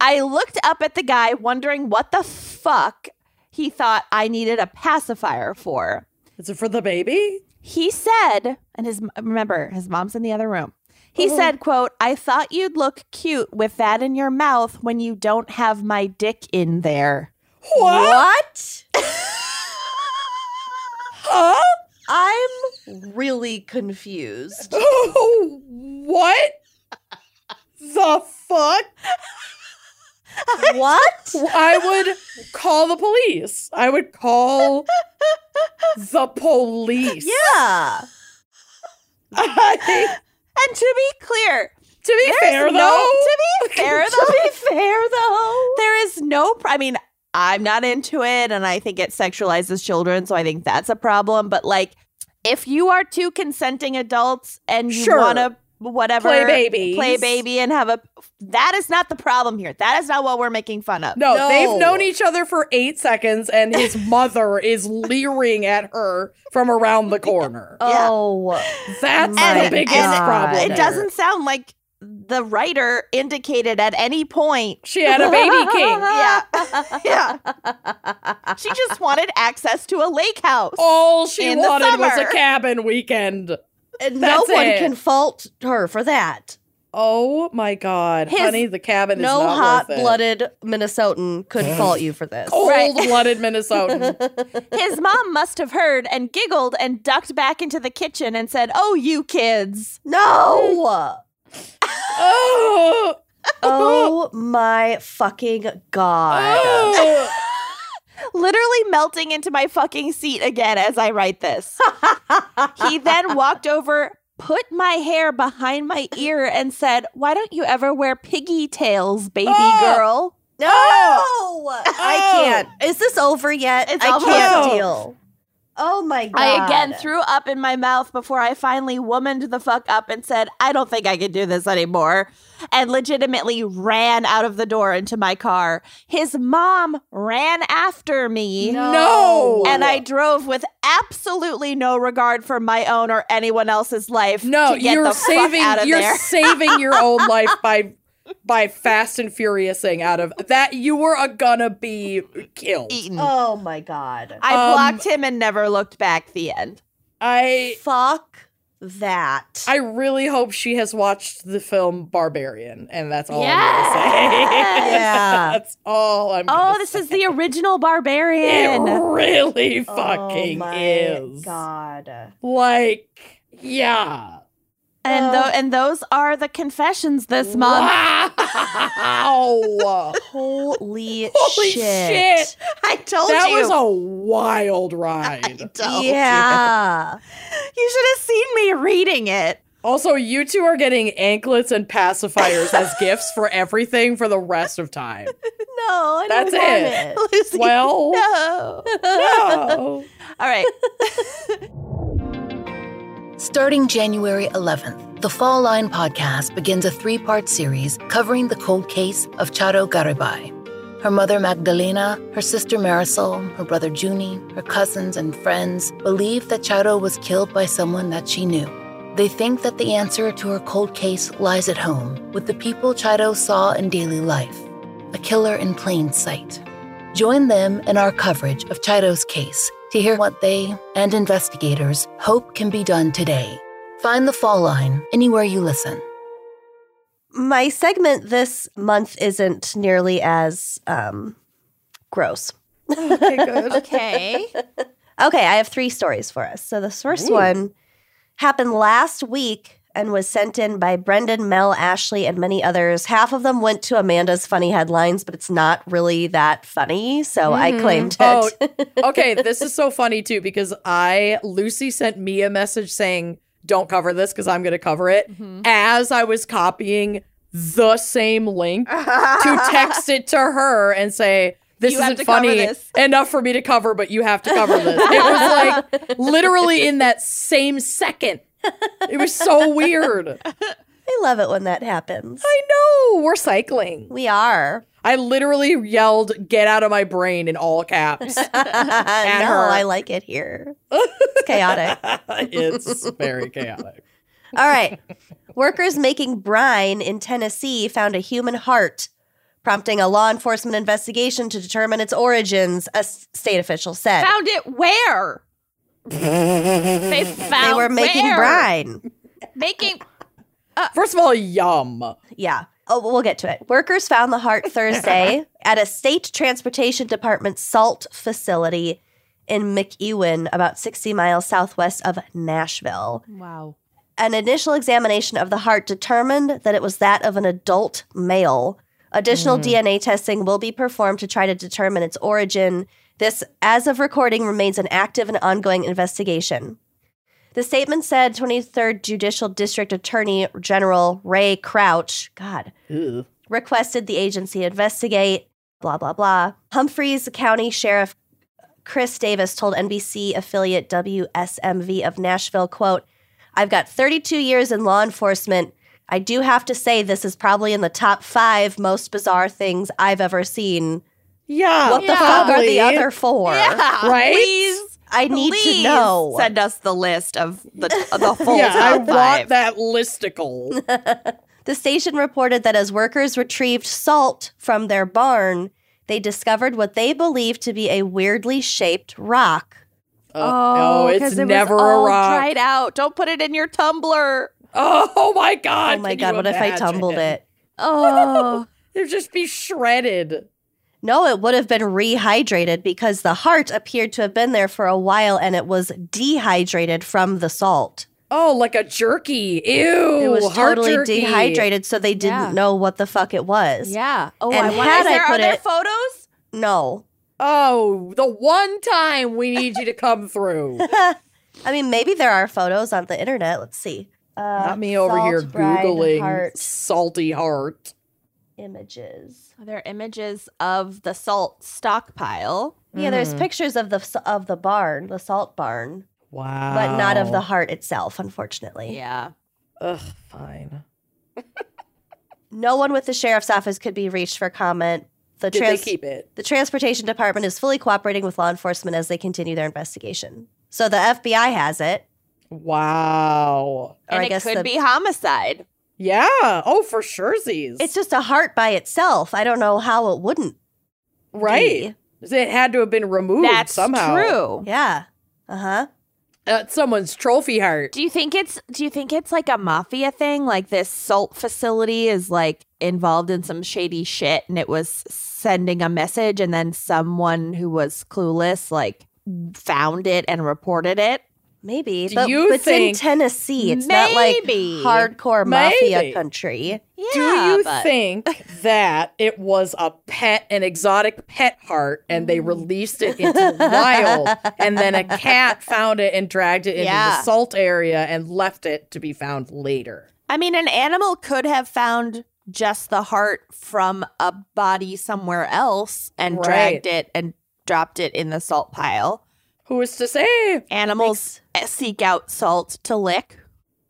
B: I looked up at the guy wondering what the fuck he thought I needed a pacifier for.
A: Is it for the baby?
B: He said, and his remember, his mom's in the other room. He
A: Oh.
B: said, quote, I thought you'd look cute with that in your mouth when you don't have my dick in there.
E: what?
A: Huh?
E: I'm really
A: [LAUGHS]
E: confused.
A: what? The fuck?
E: what?
A: I would call the police. I would call the police.
E: Yeah.
A: [LAUGHS] I-
B: And to be [LAUGHS] clear,
A: to be
B: There's
A: fair,
B: no-
A: though, [LAUGHS]
B: to be fair though, [LAUGHS]
E: be fair though.
B: there is no. Pr- I mean, I'm not into it, and I think it sexualizes children, so I think that's a problem. But like, if you are two consenting adults and you
A: Sure.
B: want to whatever
A: play babies.
B: play baby and have a that is not the problem here. That is not what we're making fun of.
A: No, they've
E: No.
A: known each other for eight seconds, and his
B: [LAUGHS]
A: mother is leering at her from around the
B: [LAUGHS]
A: corner.
E: Oh. [LAUGHS]
A: That's
E: And-
A: the biggest
B: and
A: problem.
B: It
A: here.
B: doesn't sound like the writer indicated at any point.
A: She had a
B: [LAUGHS]
A: baby king.
B: Yeah, [LAUGHS] yeah. She just wanted access to a lake house.
A: All she
B: In the
A: wanted was a
B: summer.
A: cabin weekend.
E: And
A: That's
E: no one
A: it.
E: can fault her for that.
A: Oh my god,
E: His-
A: honey, the cabin
E: No
A: is not
E: hot
A: worth it. Oh.
E: blooded Minnesotan could fault you for this.
A: cold blooded
B: [LAUGHS]
A: Minnesotan.
B: His mom must have heard and giggled and ducked back into the kitchen and said, Oh, you kids.
E: No.
A: [LAUGHS] oh,
E: Oh my fucking god.
A: oh.
B: Literally melting into my fucking seat again as I write this. he then walked over, put my hair behind my ear, and said, Why don't you ever wear piggy tails, baby
A: Oh!
B: girl?
E: No. I can't. Is this over yet?
B: It's
E: I
B: over.
E: can't
A: No.
E: deal. Oh my god.
B: I again threw up in my mouth before I finally womaned the fuck up and said, I don't think I can do this anymore. And legitimately ran out of the door into my car. His mom ran after me.
A: No.
B: And I drove with absolutely no regard for my own or anyone else's life.
A: No,
B: to get
A: you're
B: the
A: saving
B: fuck out of
A: you're
B: there. [LAUGHS]
A: saving your own life by by fast and furiousing out of that you were a gonna be killed.
B: Eaten.
E: Oh my god.
B: [LAUGHS] I
A: Um,
B: blocked him and never looked back. The end.
A: I
E: Fuck that.
A: I really hope she has watched the film Barbarian, and that's all I'm gonna say.
E: Yeah.
A: [LAUGHS] that's all I'm
B: Oh,
A: gonna
B: this
A: say.
B: is the original barbarian.
A: it really
E: Oh
A: fucking
E: my
A: is.
E: God.
A: Like, yeah.
B: and though and those are the confessions this month.
A: Wow.
B: [LAUGHS]
E: Holy,
A: Holy
E: shit.
A: shit.
B: I [LAUGHS] told
A: that
B: you.
A: was a wild ride.
E: Yeah.
B: you should have seen me reading it.
A: Also, you two are getting anklets and pacifiers
E: [LAUGHS]
A: as gifts for everything for the rest of time.
E: No, I
A: That's
E: don't want
A: it.
E: it. [LAUGHS]
B: Lucy.
A: Well,
B: No.
A: no.
B: All right.
G: Starting January 11th, the Fall Line podcast begins a three part series covering the cold case of Charo Garibay. Her mother Magdalena, her sister Marisol, her brother Junie, her cousins, and friends believe that Charo was killed by someone that she knew. They think that the answer to her cold case lies at home, with the people Charo saw in daily life a killer in plain sight. Join them in our coverage of Chido's case to hear what they and investigators hope can be done today. Find the fall line anywhere you listen.
C: My segment this month isn't nearly as um, gross.
D: Okay.
C: Okay, I have three stories for us. So this first one happened last week and was sent in by Brendan, Mel, Ashley, and many others. Half of them went to Amanda's funny headlines, but it's not really that funny, so I claimed it.
A: Oh,
D: [LAUGHS]
A: okay. This is so funny too because I Lucy sent me a message saying, "Don't cover this because I'm going to cover it."
D: Mm-hmm.
A: As I was copying the same
D: [LAUGHS]
A: link to text it to her and say, "This
D: You have to
A: isn't
D: cover
A: funny
D: this." [LAUGHS]
A: enough for me to cover, but you have to cover this." It was like literally in that same second. It was so weird.
C: I love it when that happens.
A: I know we're cycling.
C: We are.
A: I literally yelled, "Get out of my brain!" in
D: [LAUGHS]
A: all caps.
C: Uh, no,
A: her.
C: I like it here. It's chaotic.
A: it's very chaotic.
C: All right. Workers making brine in Tennessee found a human heart, prompting a law enforcement investigation to determine its origins, a s- state official said.
D: [LAUGHS] found it where? they found
C: they were making
D: where?
C: brine.
D: [LAUGHS] Making
A: First of all, yum.
C: Yeah. Oh, we'll get to it. Workers found the heart
D: [LAUGHS]
C: Thursday at a state transportation department salt facility in McEwen, about 60 miles southwest of Nashville.
D: wow.
C: An initial examination of the heart determined that it was that of an adult male. Additional DNA testing will be performed to try to determine its origin. This, as of recording, remains an active and ongoing investigation. The statement said 23rd Judicial District Attorney General Ray Crouch, God,
A: Ew.
C: requested the agency investigate, blah, blah, blah. Humphreys County Sheriff Chris Davis told NBC affiliate WSMV of Nashville, quote, I've got 32 years in law enforcement. I do have to say this is probably in the top five most bizarre things I've ever seen.
A: Yeah.
C: What the fuck are the other four?
A: Right?
D: Please,
C: I need
D: please
C: to know.
D: Send us the list of the of the
C: [LAUGHS]
D: full
A: Yeah, I
D: top
A: want
D: five.
A: that listicle. Uh,
C: The station reported that as workers retrieved salt from their barn, they discovered what they believed to be a weirdly shaped rock.
A: oh, no, it's
D: 'cause it was
A: never a
D: all
A: rock.
D: Dried out. Don't put it in your tumbler.
A: Oh my god.
C: oh my
A: can
C: God,
A: you
C: what if I
A: imagine?
C: tumbled it?
D: Oh,
A: It'd just be shredded.
C: No, it would have been rehydrated because the heart appeared to have been there for a while and it was dehydrated from the salt.
A: Oh, like a jerky. Ew.
C: it was
A: heart
C: totally
A: jerky.
C: dehydrated, so they didn't
D: Yeah.
C: know what the fuck it was.
D: yeah. Oh,
C: And
D: I want.
C: had
D: Is there
C: I put
D: other
C: it-
D: photos?
C: No.
A: Oh, the one time we need you to come
C: [LAUGHS]
A: through.
C: I mean, maybe there are photos on the internet. Let's see. Uh,
A: Not me over
C: salt
A: here
C: brine
A: googling
C: heart
A: salty heart.
C: images.
D: Are there images of the salt stockpile?
C: Yeah, there's
D: Hmm.
C: pictures of the s- of the barn, the salt barn,
A: Wow.
C: but not of
A: Oh.
C: the heart itself, unfortunately.
D: Yeah.
A: Ugh, fine.
C: No one with the sheriff's office could be reached for comment. The
A: Did
C: trans-
A: they keep it?
C: the transportation department is fully cooperating with law enforcement as they continue their investigation. So the FBI has it.
A: Wow.
C: Or
D: and
C: I
D: it
C: guess
D: could
C: the-
D: be homicide.
A: Yeah. Oh, for surezies.
C: It's just a heart by itself. I don't know how it wouldn't.
A: right. It had to have been removed
D: That's
A: somehow.
D: true.
C: be. Yeah. Uh huh.
A: Uh, someone's trophy heart.
D: Do you think it's do you think it's like a mafia thing? Like this salt facility is like involved in some shady shit and it was sending a message and then someone who was clueless like found it and reported it.
C: Maybe.
A: Do
C: but
A: you
C: but it's in
A: think-
C: Tennessee. It's not like
D: Maybe.
C: hardcore
A: Maybe.
C: mafia country.
D: Yeah,
A: Do you
D: but
A: think that it was a pet, an exotic pet heart, and they released it into the wild, and then a cat found it and dragged it into
D: Yeah.
A: the salt area and left it to be found later?
D: I mean an animal could have found just the heart from a body somewhere else and
A: Right.
D: dragged it and dropped it in the salt pile.
A: Who is to say?
B: Animals seek out salt to lick.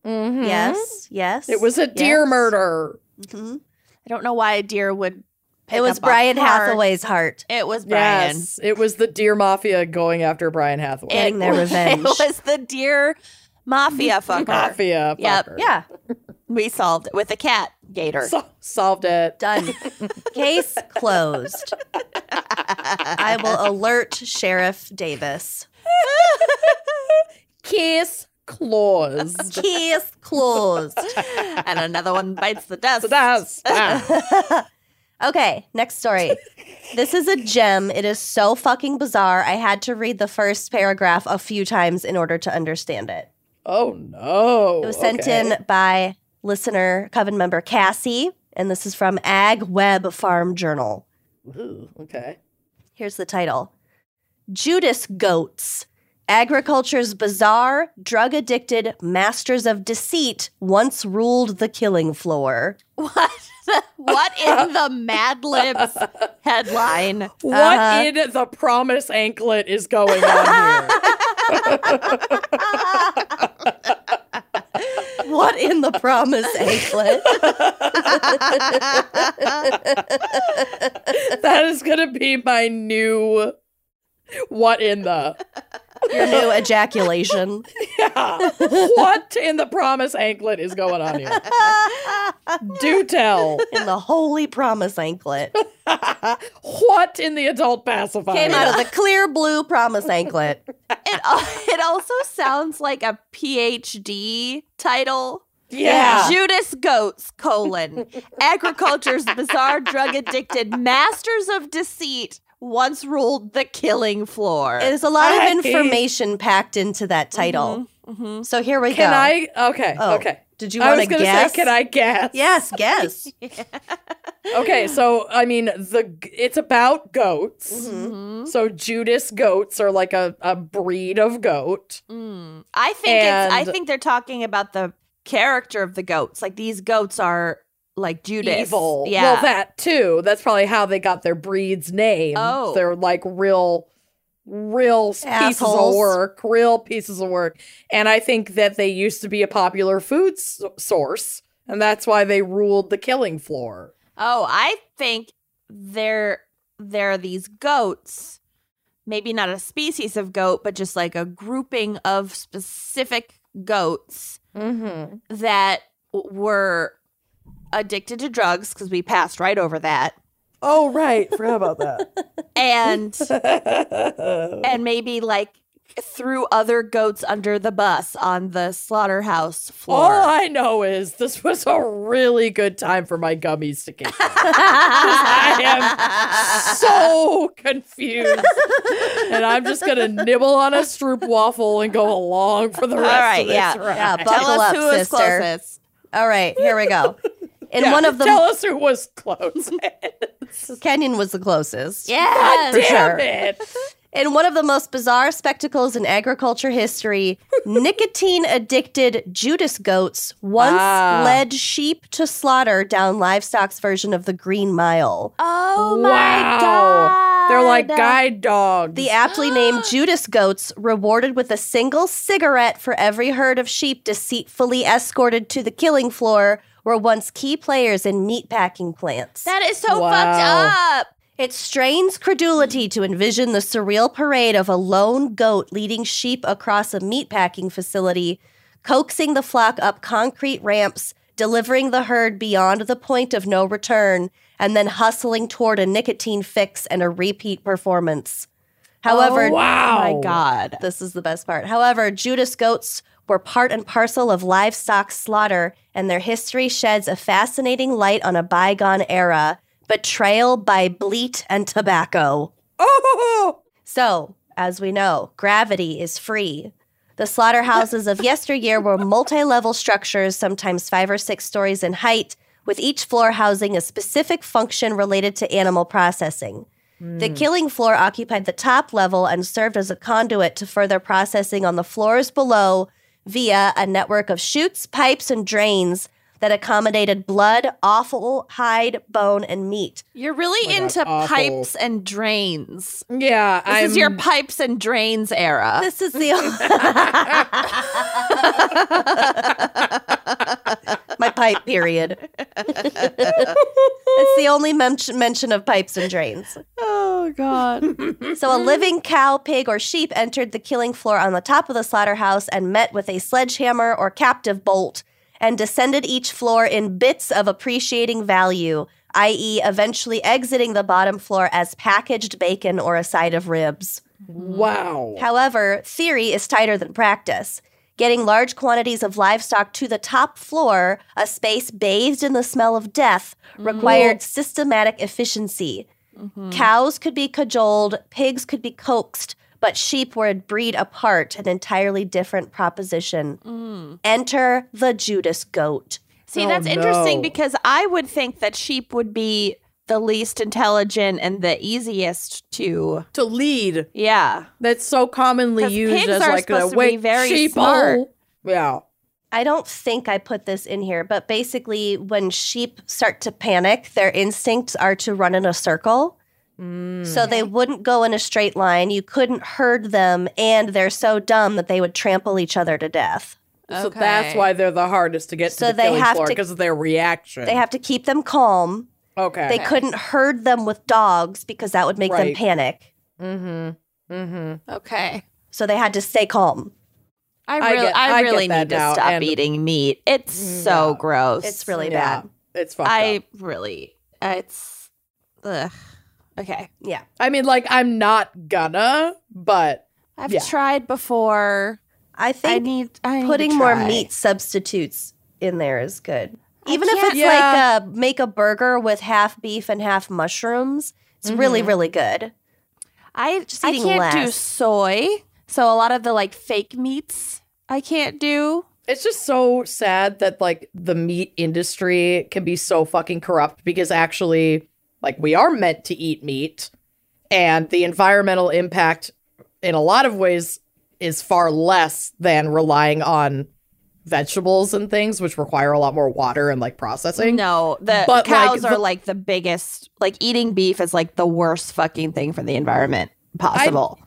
E: Mm-hmm.
A: Mhm.
B: Mm-hmm.
C: Yes, yes.
A: It was a deer
C: yes.
A: murder.
C: Mhm.
B: I don't know why a deer would. pick
C: It
B: up
C: was
B: a
C: Brian
B: heart.
C: Hathaway's heart.
B: It was Brian.
A: Yes. It was the deer mafia going after Brian Hathaway.
C: Getting
B: It [LAUGHS]
C: their
B: was-
C: revenge.
B: It was the deer
A: [LAUGHS]
B: mafia fucker.
A: mafia.
B: Yep.
A: fucker.
C: Yeah,
B: We solved it with a cat gator.
A: So- solved it.
C: done. Case closed. I will alert Sheriff Davis.
A: Kiss
C: [LAUGHS]
A: claws.
C: Case closed.
B: and another one bites
A: [LAUGHS]
B: the dust.
A: That's ah.
C: Okay, next story. this is a gem. It is so fucking bizarre. I had to read the first paragraph a few times in order to understand it.
A: Oh no.
C: It was sent
A: Okay.
C: in by listener, Coven member Cassie, and this is from Ag Web Farm Journal.
A: Ooh, okay.
C: Here's the title Judas Goats Agriculture's Bizarre, Drug Addicted Masters of Deceit Once Ruled the Killing Floor.
B: [LAUGHS] What? what
A: [LAUGHS]
B: in the Mad Libs headline?
A: What
C: Uh-huh.
A: in the promise anklet is going
C: [LAUGHS]
A: on here?
C: What in the promise anklet?
A: that is gonna be my new what in the
C: Your new ejaculation.
A: yeah. What in the promise anklet is going on here? Do tell.
C: In the holy promise anklet.
A: what in the adult pacifier?
C: Came out of the clear blue promise anklet.
B: It, al- it also sounds like a PhD title.
A: yeah.
B: Judas Goats, colon,
A: [LAUGHS]
B: agriculture's bizarre drug addicted masters of deceit once ruled the killing floor.
C: There's a lot
A: I- Mm-hmm.
C: of information packed into that title.
B: Mhm.
C: So here we
A: Can
C: go.
A: I? Okay.
C: Oh,
A: Okay.
C: Did you
A: I
C: want to
A: was gonna
C: guess?
A: say, can I guess?
C: Yes, guess.
A: Okay. So I mean, the g- it's about goats.
B: Mhm.
A: So Judas goats are like a, a breed of goat.
B: Mm. I think it's, I
A: And-
B: think they're talking about the character of the goats. Like these goats are like Judas.
A: Evil.
B: Yeah.
A: Well, that too. That's probably how they got their breed's name.
B: Oh.
A: They're like real, real s- pieces of
C: Assholes.
A: work, real pieces of work. And I think that they used to be a popular food s- source. And that's why they ruled the killing floor.
B: oh, I think they're they're these goats. Maybe not a species of goat, but just like a grouping of specific goats
A: Mm-hmm.
B: that w- were addicted to drugs because we passed right over that.
A: Oh, right. Forgot about that. [LAUGHS]
B: And and maybe like threw other goats under the bus on the slaughterhouse floor.
A: All I know is this was a really good time for my gummies to
B: [LAUGHS]
A: kick. in. I am so confused. and I'm just going to nibble on a stroop waffle and go along for the rest
B: right,
A: of this
B: yeah.
A: ride.
C: Yeah,
B: Tell
C: buckle
B: us
C: up,
B: who is
C: sister.
B: closest.
C: All right, here we go. In
A: Yeah,
C: one of the
A: Tell us who was close.
C: Kenyon was the closest.
B: Yeah.
C: For sure.
A: [LAUGHS] Damn it.
C: In one of the most bizarre spectacles in
A: [LAUGHS]
C: agriculture history, nicotine addicted Judas goats once
A: Ah.
C: led sheep to slaughter down livestock's version of the Green Mile.
B: Oh my
A: Wow.
B: god.
A: They're like guide dogs.
C: The aptly named Judas goats, rewarded with a single cigarette for every herd of sheep deceitfully escorted to the killing floor, were once key players in meatpacking plants.
B: That is so
A: Wow.
B: fucked up.
C: It strains credulity to envision the surreal parade of a lone goat leading sheep across a meatpacking facility, coaxing the flock up concrete ramps, delivering the herd beyond the point of no return, and then hustling toward a nicotine fix and a repeat performance.
B: Oh,
C: However,
A: wow.
B: My god.
C: this is the best part. However, Judas goats were part and parcel of livestock slaughter, and their history sheds a fascinating light on a bygone era betrayal by bleat and tobacco.
A: Oh, [LAUGHS]
C: So, as we know, gravity is free. The slaughterhouses of yesteryear were multi level structures, sometimes five or six stories in height, with each floor housing a specific function related to animal processing. The killing floor occupied the top level and served as a conduit to further processing on the floors below via a network of chutes, pipes, and drains that accommodated blood, offal, hide, bone, and meat.
B: You're really
A: Oh my God,
B: into
A: awful.
B: pipes and drains.
A: Yeah,
B: This is your pipes and drains era.
C: This is the [LAUGHS] my pipe period. [LAUGHS] it's the only men- mention of pipes and drains.
A: Oh God.
C: So a living cow, pig, or sheep entered the killing floor on the top of the slaughterhouse and met with a sledgehammer or captive bolt and descended each floor in bits of appreciating value, i.e., eventually exiting the bottom floor as packaged bacon or a side of ribs.
A: wow.
C: However, theory is tighter than practice. Getting large quantities of livestock to the top floor, a space bathed in the smell of death, required systematic efficiency. Cows could be cajoled, pigs could be coaxed, but sheep were a breed apart, an entirely different proposition. Enter the Judas goat.
B: See,
A: Oh,
B: that's interesting
A: no.
B: because I would think that sheep would be the least intelligent and the easiest to.
A: to lead
B: Yeah.
A: that's so commonly
B: 'Cause
A: used
B: pigs
A: as
B: are
A: like a
B: supposed to be
A: wait
B: very
A: sheeple.
B: smart.
A: Yeah.
C: I don't think I put this in here, but basically, when sheep start to panic, their instincts are to run in a circle. So they
A: Mm-hmm.
C: wouldn't go in a straight line. You couldn't herd them, and they're so dumb that they would trample each other to death.
A: So that's
B: Okay.
A: why they're the hardest to get
C: So
A: to the
C: they
A: killing
C: have
A: floor
C: to-
A: because of their reaction.
C: They have to keep them calm.
A: okay.
C: They couldn't herd them with dogs because that would make them
A: Right.
C: panic.
A: mm-hmm. Mm-hmm.
B: Okay.
C: So they had to stay calm.
B: I
A: I
B: really,
A: get-
B: I,
A: I get
B: really
A: that
B: need to
A: now,
B: stop
A: and-
B: eating meat. It's so
A: Yeah.
B: gross.
C: It's really
A: Yeah.
C: bad.
A: It's fucked I,
B: I really. It's. Ugh. Okay.
C: Yeah.
A: I mean, like, I'm not gonna, but
B: I've
A: Yeah.
B: tried before.
C: I
B: I
C: think
B: need. I need to
C: putting more
B: try.
C: meat substitutes in there is good.
B: I
C: Even if
B: can't-
C: it's
A: Yeah.
C: like a, make a burger with half beef and half mushrooms, it's really,
A: Mm-hmm.
C: really good.
B: I
C: Just
B: I
C: eating
B: can't do
C: less.
B: soy. So a lot of the like fake meats I can't do.
A: it's just so sad that, like, the meat industry can be so fucking corrupt because actually, like, we are meant to eat meat, and the environmental impact in a lot of ways is far less than relying on vegetables and things, which require a lot more water and, like, processing.
B: No, the
A: But, like,
B: cows are
A: the-
B: like the biggest. Like eating beef is like the worst fucking thing for the environment possible.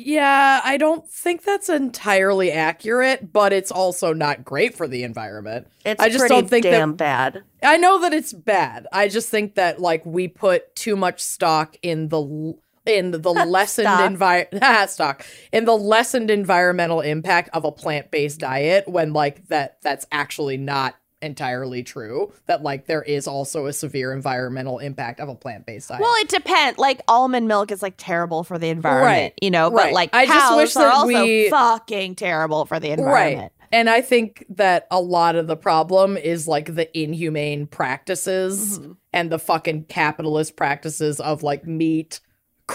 A: Yeah, I don't think that's entirely accurate, but it's also not great for the environment.
C: It's
A: I just
C: pretty
A: don't think that-
C: damn bad.
A: I know that it's bad. I just think that like we put too much stock in the l- in the lessened
C: Stock.
A: envi- [LAUGHS] stock in the lessened environmental impact of a plant-based diet when like that that's actually not entirely true that like there is also a severe environmental impact of a plant-based diet.
B: well, it depends. Like almond milk is like terrible for the environment,
A: Right.
B: you know. But
A: Right.
B: like
A: I
B: cows
A: just wish
B: are
A: that
B: also
A: we-
B: fucking terrible for the environment.
A: And I think that a lot of the problem is like the inhumane practices
C: Mm-hmm.
A: and the fucking capitalist practices of like meat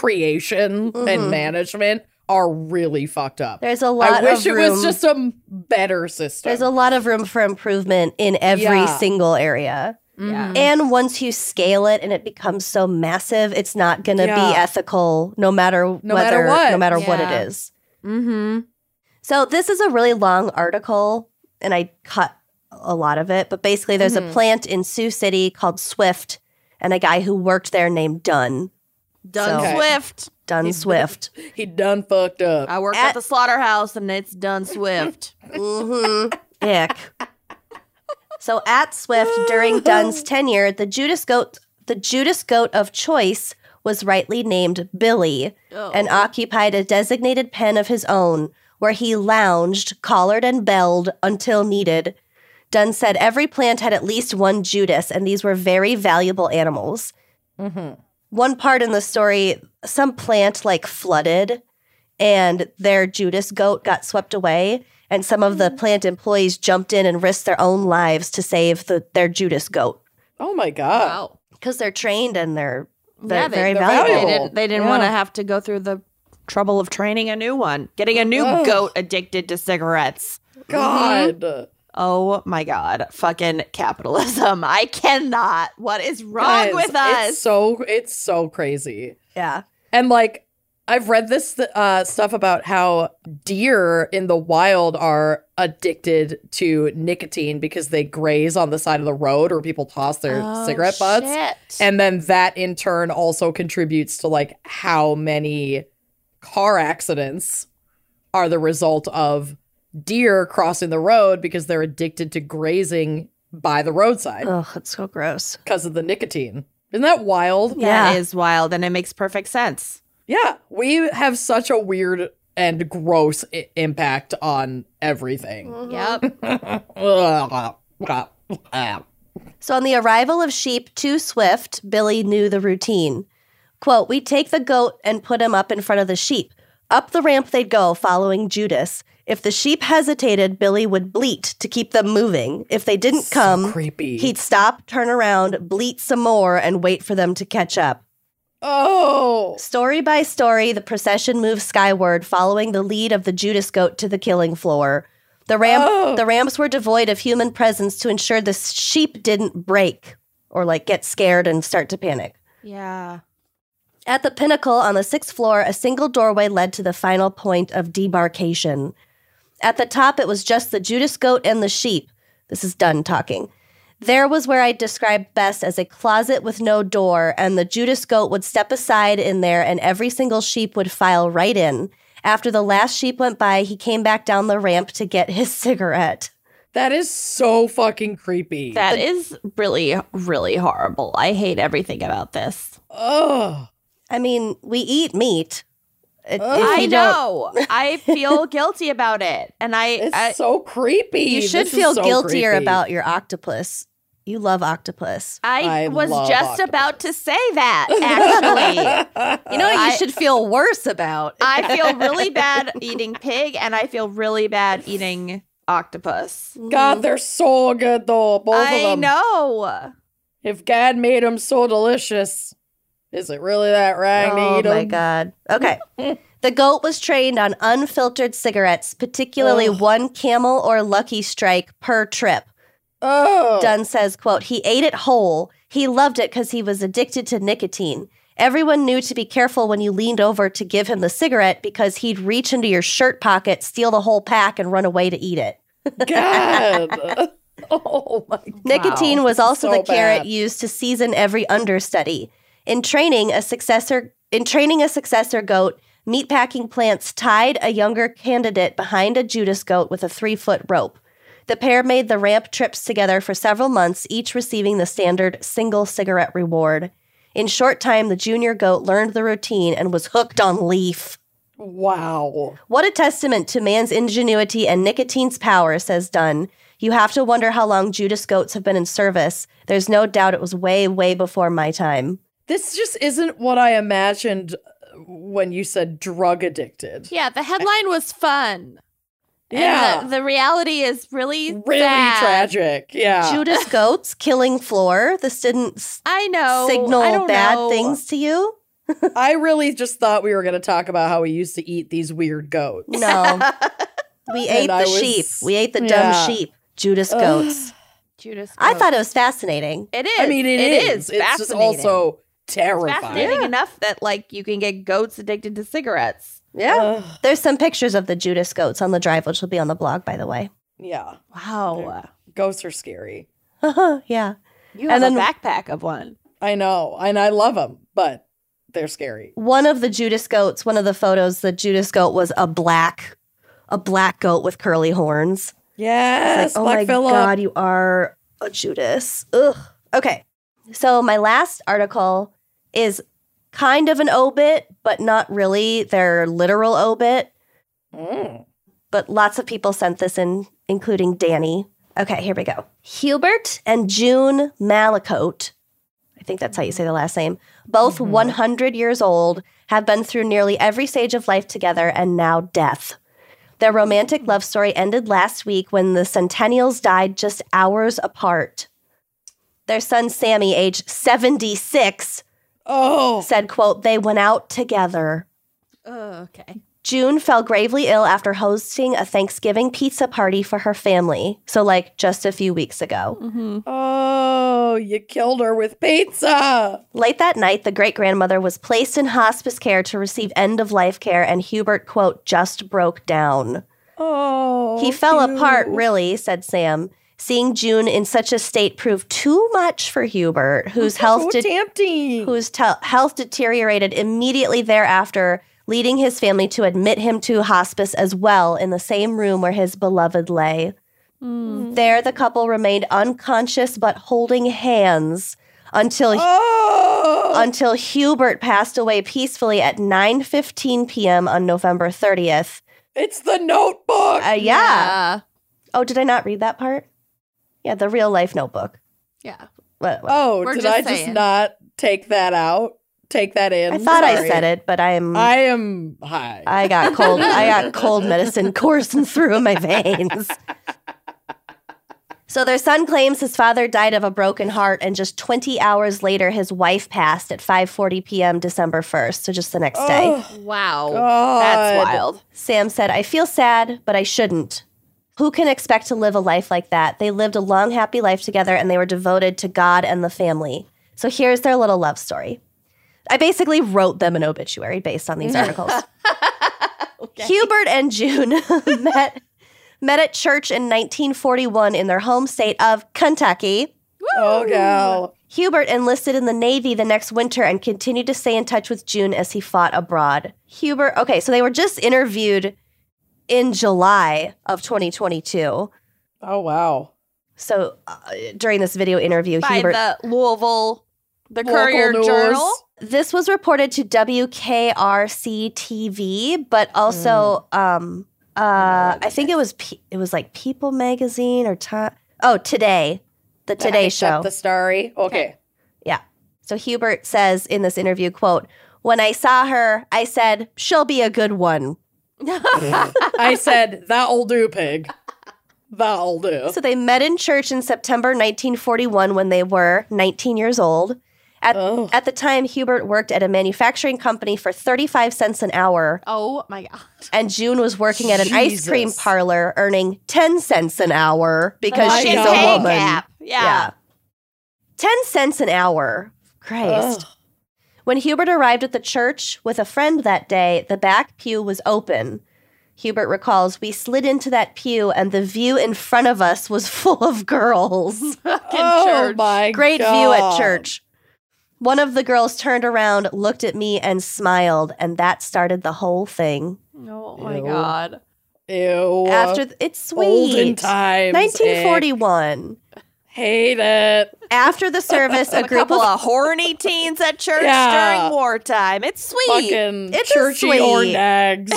A: creation and management are really fucked up.
C: Mm-hmm. There's a lot
A: I wish
C: of
A: it
C: room.
A: was just a better system.
C: there's a lot of room for improvement in every
A: Yeah. Mm-hmm.
C: single area.
B: Yeah.
C: And once you scale it and it becomes so massive, it's not going to
A: Yeah.
C: be ethical no matter
A: No
C: whether
A: matter what.
C: no matter what
B: Yeah.
C: it is.
A: mm-hmm.
C: So this is a really long article, and I cut a lot of it. But basically, there's
A: Mm-hmm.
C: a plant in Sioux City called Swift, and a guy who worked there named Dunn.
B: Done
C: So-
B: swift.
C: Dunn Swift.
A: He done fucked up.
B: I worked at, the slaughterhouse and it's done [LAUGHS] swift.
C: Mm-hmm. Ick. So at Swift, during Dunn's tenure, the Judas goat, the Judas goat of choice, was rightly named Billy, and occupied a designated pen of his own, where he lounged, collared and belled until needed. Dunn said every plant had at least one Judas, and these were very valuable animals. One part in the story, some plant like flooded, and their Judas goat got swept away. And some of the plant employees jumped in and risked their own lives to save the, their Judas goat
A: oh my god.
C: because they're trained and they're they're
B: Yeah, they-
C: very
A: they're
C: valuable.
B: They
A: valuable.
B: didn't, they didn't
A: Yeah.
B: want to have to go through the trouble of training a new one, getting a new
A: Ugh.
B: goat addicted to cigarettes.
C: Mm-hmm.
A: God.
B: Oh my God. Fucking capitalism. [LAUGHS] I cannot. What is wrong
A: Guys,
B: with us?
A: It's so it's so crazy.
C: Yeah,
A: And like I've read this uh, stuff about how deer in the wild are addicted to nicotine because they graze on the side of the road or people toss their
B: Oh,
A: cigarette butts. And then that in turn also contributes to like how many car accidents are the result of deer crossing the road because they're addicted to grazing by the roadside
C: Uh.
E: Oh, it's so gross.
A: because of the nicotine. Isn't that wild?
B: Yeah.
E: Yeah.
B: That is wild and it makes perfect sense.
A: Yeah, we have such a weird and gross I- impact on everything.
B: [LAUGHS]
C: Yep. [LAUGHS]
A: That's
C: So on the arrival of sheep too swift, Billy knew the routine. Quote, we take the goat and put him up in front of the sheep. Up the ramp they'd go, following Judas. If the sheep hesitated, Billy would bleat to keep them moving. If they didn't come,
A: creepy.
C: he'd stop, turn around, bleat some more, and wait for them to catch up.
A: [LAUGHS] oh,
C: Story by story, the procession moves skyward, following the lead of the Judas goat to the killing floor. The ramp,
A: Oh.
C: the ramps were devoid of human presence to ensure the sheep didn't break or like get scared and start to panic.
B: Yeah.
C: At the pinnacle on the sixth floor, a single doorway led to the final point of debarkation. At the top, it was just the Judas goat and the sheep. This is done talking. There was where I described best as a closet with no door, and the Judas goat would step aside in there, and every single sheep would file right in. After the last sheep went by, he came back down the ramp to get his [LAUGHS] cigarette.
A: that is so fucking creepy.
B: That is really, really horrible. I hate everything about this.
A: oh,
C: I mean, we eat meat. It- if
B: I
C: you don't-
B: know. I feel [LAUGHS] guilty about it. And I,
A: it's
B: I
A: so creepy.
C: You should
A: This is
C: feel
A: so
C: guiltier
A: creepy. [LAUGHS]
C: about your octopus. You love octopus.
B: I
A: I
B: was
A: love
B: just
A: octopus.
B: about to say [LAUGHS] that, actually.
A: [LAUGHS]
C: You know what you
B: I-
C: should feel worse about?
B: I feel really bad eating pig, and I feel really bad eating octopus.
C: mm.
A: God, they're so good though. Both of
B: I
A: them.
B: know.
A: If God made them so delicious, is it really that wrong to
C: Oh
A: eat
C: my
A: 'em?
C: god. [LAUGHS] Okay. the goat was trained on unfiltered cigarettes, particularly one camel or lucky strike per trip.
A: Oh,
C: Dunn says, quote, he ate it whole. He loved it because he was addicted to nicotine. Everyone knew to be careful when you leaned over to give him the cigarette because he'd reach into your shirt pocket, steal the whole pack, and run away to eat it. [LAUGHS]
A: God. oh my God.
C: Nicotine was also
A: So
C: the carrot
A: bad.
C: used to season every understudy. In training a successor in training a successor goat, meatpacking plants tied a younger candidate behind a Judas goat with a three foot rope. The pair made the ramp trips together for several months, each receiving the standard single cigarette reward. In short time, the junior goat learned the routine and was hooked on leaf.
A: Wow.
C: What a testament to man's ingenuity and nicotine's power, says Dunn. You have to wonder how long Judas goats have been in service. There's no doubt it was way, way before my time.
A: This just isn't what I imagined uh, when you said drug addicted.
B: Yeah, the headline was fun. And
A: Yeah.
B: the, the reality is really,
A: really
B: sad.
A: tragic. Yeah.
C: Judas goats killing floor. This didn't s-
B: I
A: Oh,
B: know. I
C: signal
B: don't
C: bad
B: know.
C: things
A: [LAUGHS]
C: to you.
A: I really just thought we were going to talk about how we used to eat these weird goats.
C: No. we ate
A: And I
C: the
A: was-
C: sheep. We ate the dumb
A: yeah.
C: sheep. Judas goats.
B: Judas.
C: I
B: Goat.
C: thought it was fascinating.
B: it is.
A: I mean,
B: it
A: is. It's just
B: fascinating.
A: also
B: It's
A: terrifying.
B: fascinating enough that like you can get goats addicted to cigarettes.
C: Yeah.
A: Ugh.
C: There's some pictures of the Judas goats on the drive, which will be on the blog, by the way. [LAUGHS]
A: yeah.
B: Wow.
A: Ghosts are scary.
C: yeah.
B: You
C: And
B: have
C: then-
B: a backpack of one.
A: I know. And I love them, but they're scary.
C: one of the Judas goats, one of the photos, the Judas goat was a black, a black goat with curly horns.
A: Yes.
C: It's like, oh
A: Black
C: my
A: Phillip.
C: god, you are a Judas. Ugh. Okay. So my last article is kind of an obit, but not really. They're literal obit,
A: Mm.
C: but lots of people sent this in, including Danny. Okay, here we go. Hubert and June Malicote I think that's how you say the last name, both 100 years old, have been through nearly every stage of life together and now death. Their romantic love story ended last week when the Centennials died just hours apart. Their son Sammy, age 76,
A: Oh.
C: said, quote, they went out together.
B: Oh, okay.
C: June fell gravely ill after hosting a Thanksgiving pizza party for her family. So, like, just a few weeks ago.
A: Mm-hmm. Oh, you killed her with pizza.
C: Late that night, the great grandmother was placed in hospice care to receive end of life care, and Hubert, quote, just broke down.
A: Oh.
C: he fell apart, really, said Sam. Seeing June in such a state proved too much for Hubert,
A: [LAUGHS] Oh,
C: whose health did
A: Tempting.
C: whose tel- health deteriorated immediately thereafter, leading his family to admit him to hospice as well in the same room where his beloved lay.
A: Mm.
C: There, the couple remained unconscious but holding hands until
A: Oh.
C: until Hubert passed away peacefully at 9:15 p.m. on November 30th.
A: It's the notebook.
C: Uh, yeah. Oh, did I not read that part? Yeah, the real life notebook.
H: Yeah.
C: What, what-
A: Oh,
H: We're
A: did
H: just
A: I just
H: saying.
A: not take that out? Take that in.
C: I thought I
A: Oh, Sorry.
C: said it, but I am
A: I am high.
C: I got cold. I got cold medicine coursing through my veins. So their son claims his father died of a broken heart, and just 20 hours later, his wife passed at 5:40 p.m. December 1st. So just the next
A: Oh,
C: day.
H: Wow.
A: God.
H: That's wild.
C: Sam said, "I feel sad, but I shouldn't. Who can expect to live a life like that? They lived a long, happy life together, and they were devoted to God and the family. So here's their little love story." I basically wrote them an obituary based
B: [LAUGHS]
C: on
E: [LAUGHS]
C: these articles. Hubert and June [LAUGHS] met met at church in 1941 in their home state of Kentucky.
A: Oh, gal.
C: Hubert enlisted in the Navy the next winter and continued to stay in touch with June as he fought abroad. Hubert, okay, so they were just interviewed in July of 2022.
A: Oh, wow.
C: So uh, during this video interview,
H: By
C: Hubert.
H: the Louisville, the
A: Local
H: Courier
A: news.
H: Journal.
C: this was reported to WKRC TV, but also um uh I think it was P- it was like People magazine or time oh Today, the Today
A: Picked up
C: show.
A: The story.
C: [LAUGHS]
A: Okay.
C: so Hubert says in this interview quote, "When I saw her, I said she'll be a good one."
A: I said, that'll do, pig. That'll do.
C: [LAUGHS] So they met in church in September 1941 when they were 19 years old. At,
A: Oh.
C: at the time, Hubert worked at a manufacturing company for 35 cents an hour
H: Oh my god.
C: and June was working at an ice cream
A: Jesus.
C: parlor earning 10 cents an hour because
A: My
C: she's
A: God.
C: a woman.
H: Gap. Yeah.
C: 10 cents an hour. Christ. When Hubert arrived at the church with a friend that day, the back pew was open. Hubert recalls, we slid into that pew and the view in front of us was [LAUGHS] full of girls.
A: oh,
H: church.
A: [LAUGHS] my
C: Great
A: God.
C: view at church. One of the girls turned around, looked at me, and smiled, and that started the whole thing.
H: Oh my
A: Ew.
H: god.
A: Ew.
C: After th- it's sweet.
A: Olden times. eh?
C: 1941.
A: Hate it.
C: After the
A: [LAUGHS]
C: service, a
H: A
C: group
H: couple
C: of
H: of horny teens at church
A: Yeah.
H: during wartime. It's sweet.
A: Fucking
C: It's a
A: churchy
C: sweet.
A: horned eggs.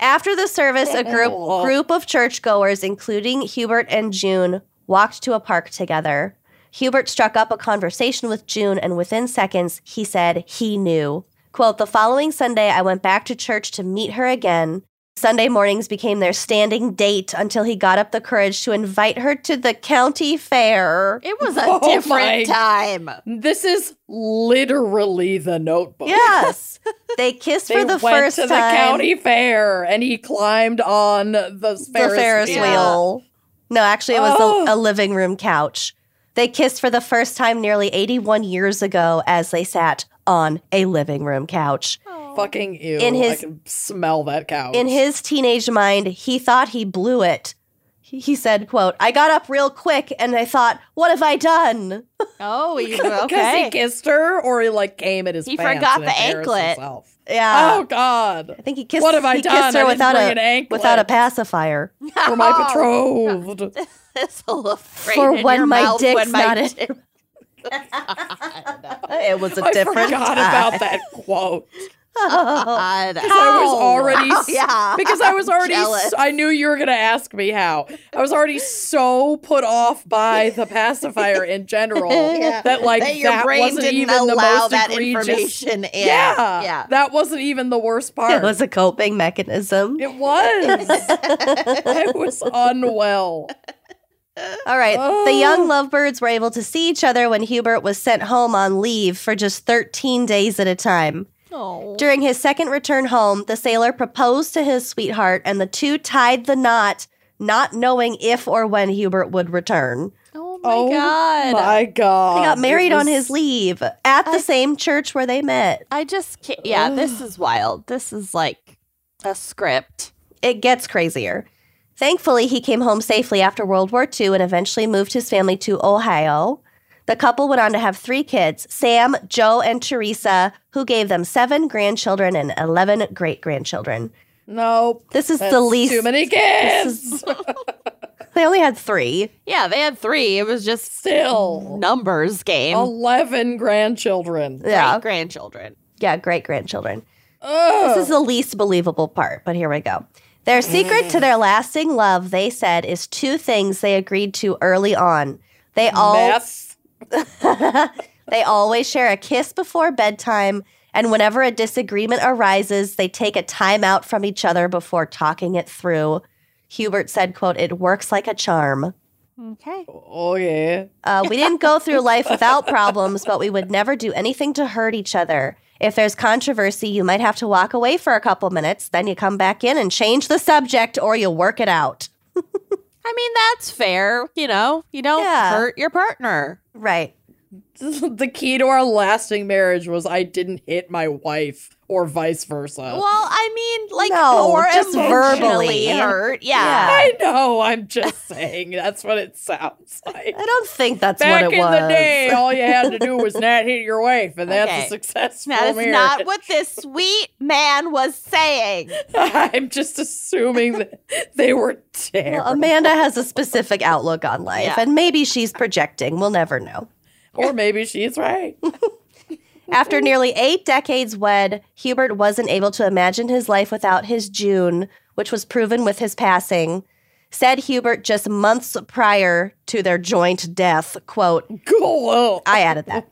C: after the service, a group group of churchgoers, including Hubert and June, walked to a park together. Hubert struck up a conversation with June, and within seconds, he said he knew. Quote, the following Sunday, I went back to church to meet her again. Sunday mornings became their standing date until he got up the courage to invite her to the
A: [LAUGHS]
C: county fair.
H: It was a
A: Oh my- [LAUGHS]
H: different time.
A: this is literally the notebook.
C: Yes. they kissed
A: They
C: for the
A: went
C: first
A: to the
C: time.
A: county fair and he climbed on the
C: the
A: Ferris,
C: Ferris
A: wheel.
C: wheel. No, actually, it was
A: Oh.
C: a, a living room couch. They kissed for the first time nearly 81 years ago as they sat on a living room couch.
A: Fucking ew.
C: In his-
A: I can smell that couch.
C: In his teenage mind, he thought he blew it. He he said, quote, I got up real quick and I thought, what have I done?
H: Oh,
A: [LAUGHS]
H: you
A: Because he
H: okay?
B: [LAUGHS]
A: kissed her or he like came at his
H: He
A: pants
H: forgot
A: and
H: the
A: embarrassed
H: anklet.
A: himself.
C: Yeah.
A: oh God.
C: I think he kissed,
A: What have I
C: he
A: done?
C: kissed
A: I
C: her
A: didn't
C: without,
A: bring
C: a,
A: an anklet.
C: without a pacifier.
A: For
C: [LAUGHS]
A: my
B: Oh, [LAUGHS]
C: Oh.
A: betrothed.
H: It's a little afraid
C: For
H: in
C: when
H: your
C: my
H: mouth
C: dick's
H: when
C: not in-
B: [LAUGHS]
H: dick-
A: [LAUGHS]
C: It was a
A: I
C: different
A: forgot
C: time.
A: about that quote.
H: God.
A: Because I
B: Oh,
A: was
B: [LAUGHS]
A: already s-
H: yeah.
A: because I was already
H: Jealous.
A: s- I knew you were going to ask me how. I was already so put off by the pacifier in general that like
H: that
A: that,
H: your brain
A: wasn't
H: didn't
A: even the
H: allow
A: most
H: that
A: egregious.
H: information in.
A: Yeah.
H: Yeah.
A: That wasn't even the worst part.
C: It was a coping mechanism.
A: It was. I was unwell.
C: All right. The young lovebirds were able to see each other when Hubert was sent home on leave for just 13 days at a time.
A: Oh.
C: During his second return home, the sailor proposed to his sweetheart, and the two tied the knot, not knowing if or when Hubert would return.
B: Oh my
A: Oh
B: god.
A: my god.
C: They got married
A: It
C: on
A: was-
C: his leave at the same church where they met.
B: I just can't. Yeah, this is wild. This is like a script.
C: It gets crazier. Thankfully, he came home safely after World War II and eventually moved his family to Ohio. The couple went on to have three kids Sam, Joe, and Teresa, who gave them seven grandchildren and 11 great grandchildren.
A: Nope.
C: This is
A: That's
C: the least.
A: Too many kids. [LAUGHS]
C: They only had three.
B: Yeah, they had three. It was just
A: Still.
B: numbers game.
A: Eleven grandchildren.
C: Yeah.
B: Great grandchildren.
C: Yeah, great grandchildren.
A: Ugh.
C: This is the least believable part, but here we go. Their secret to their lasting love, they said, is two things they agreed to early on. They all
A: Meth.
C: they always share a kiss before bedtime, and whenever a disagreement arises, they take a time out from each other before talking it through. Hubert said, quote, it works like a charm.
A: Oh yeah.
C: Uh, we didn't go through life without problems, but we would never do anything to hurt each other. If there's controversy, you might have to walk away for a couple minutes, then you come back in and change the subject or you work it out.
B: I mean, that's fair. You know, you don't
C: Yeah.
B: hurt your partner.
C: Right.
A: [LAUGHS] the key to our lasting marriage was I didn't hit my wife or vice versa.
B: Well, I mean, like,
C: No,
B: or
C: just
B: emotionally
C: verbally.
B: hurt. Yeah.
C: Yeah.
A: I know, I'm just [LAUGHS] saying that's what it
B: [LAUGHS]
A: sounds like.
C: I don't think that's
A: Back
C: what it
A: in
C: was.
A: the day, all you had to do was
B: [LAUGHS]
A: not hit your wife, and that's
B: Okay.
A: a successful
B: That is
A: marriage. [LAUGHS]
B: not what this sweet man was saying.
A: I'm just assuming that they were terrible.
C: Well, Amanda has a specific outlook on life,
B: Yeah.
C: and maybe she's projecting. We'll never know.
A: or maybe she's right.
C: After nearly eight decades wed, Hubert wasn't able to imagine his life without his June, which was proven with his passing. Said Hubert just months prior to their joint death, quote,
A: Cool.
C: I added that.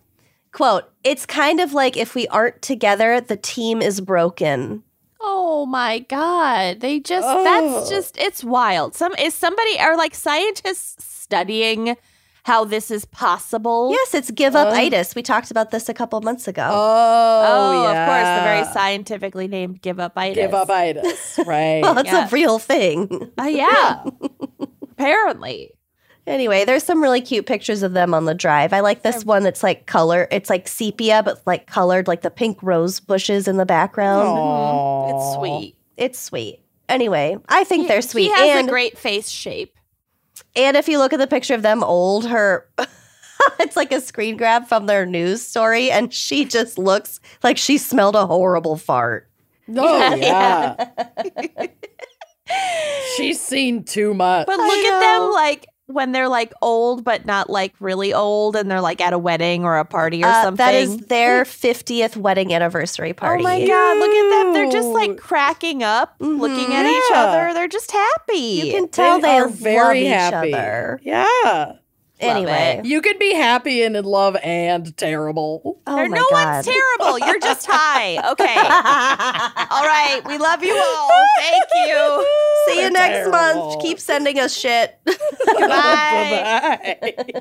C: Quote, it's kind of like if we aren't together, the team is broken.
B: Oh my god. They just
A: Oh.
B: that's just it's wild. Some is somebody are like scientists studying how this is possible.
C: Yes, it's give up itis. We talked about this a couple months ago.
A: Oh,
B: Oh, of course, the very
A: yeah.
B: scientifically named give up itis. Uh,
A: give up itis, right?
C: [LAUGHS] well,
B: [LAUGHS]
C: it's
B: yeah.
C: a real thing.
B: Uh, yeah. [LAUGHS] Apparently.
C: Anyway, there's some really cute pictures of them on the drive. I like this one that's like color. It's like sepia, but like colored, like the pink rose bushes in the
B: Oh.
C: background.
B: It's
A: Aw.
B: sweet.
C: It's sweet. Anyway, I think they're sweet.
B: He has
C: and
B: a great face shape.
C: and if you look at the picture of them old, her [LAUGHS] it's like a screen grab from their news story, and she just looks like she smelled a horrible fart.
A: Oh [LAUGHS] yeah. [LAUGHS] She's seen too much.
B: But look at them like when they're like old but not like really old and they're like at a wedding or a party or
C: Uh,
B: something.
C: that is their 50th wedding anniversary party.
B: Oh my god, look at them. They're just like cracking up, looking at each
A: Yeah.
B: other. They're just happy.
C: Mm-hmm. You can oh tell they,
A: are
C: love
A: very
C: each
A: happy.
C: other.
A: Yeah.
C: Anyway,
A: You can be happy and in love and terrible.
C: oh
B: There-
C: my
B: no one's
C: god.
B: terrible. You're just high.
C: [LAUGHS]
B: Okay. all right. We love you all. Thank
C: [LAUGHS]
B: you.
C: See you
A: They're
C: next
A: terrible.
C: month. Keep sending us shit.
B: Bye.
A: [LAUGHS] Bye-bye.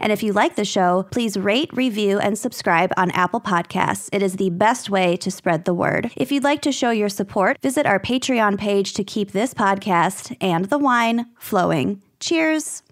E: And if you like the show, please rate, review, and subscribe on Apple Podcasts. It is the best way to spread the word. If you'd like to show your support, visit our Patreon page to keep this podcast and the wine flowing. Cheers.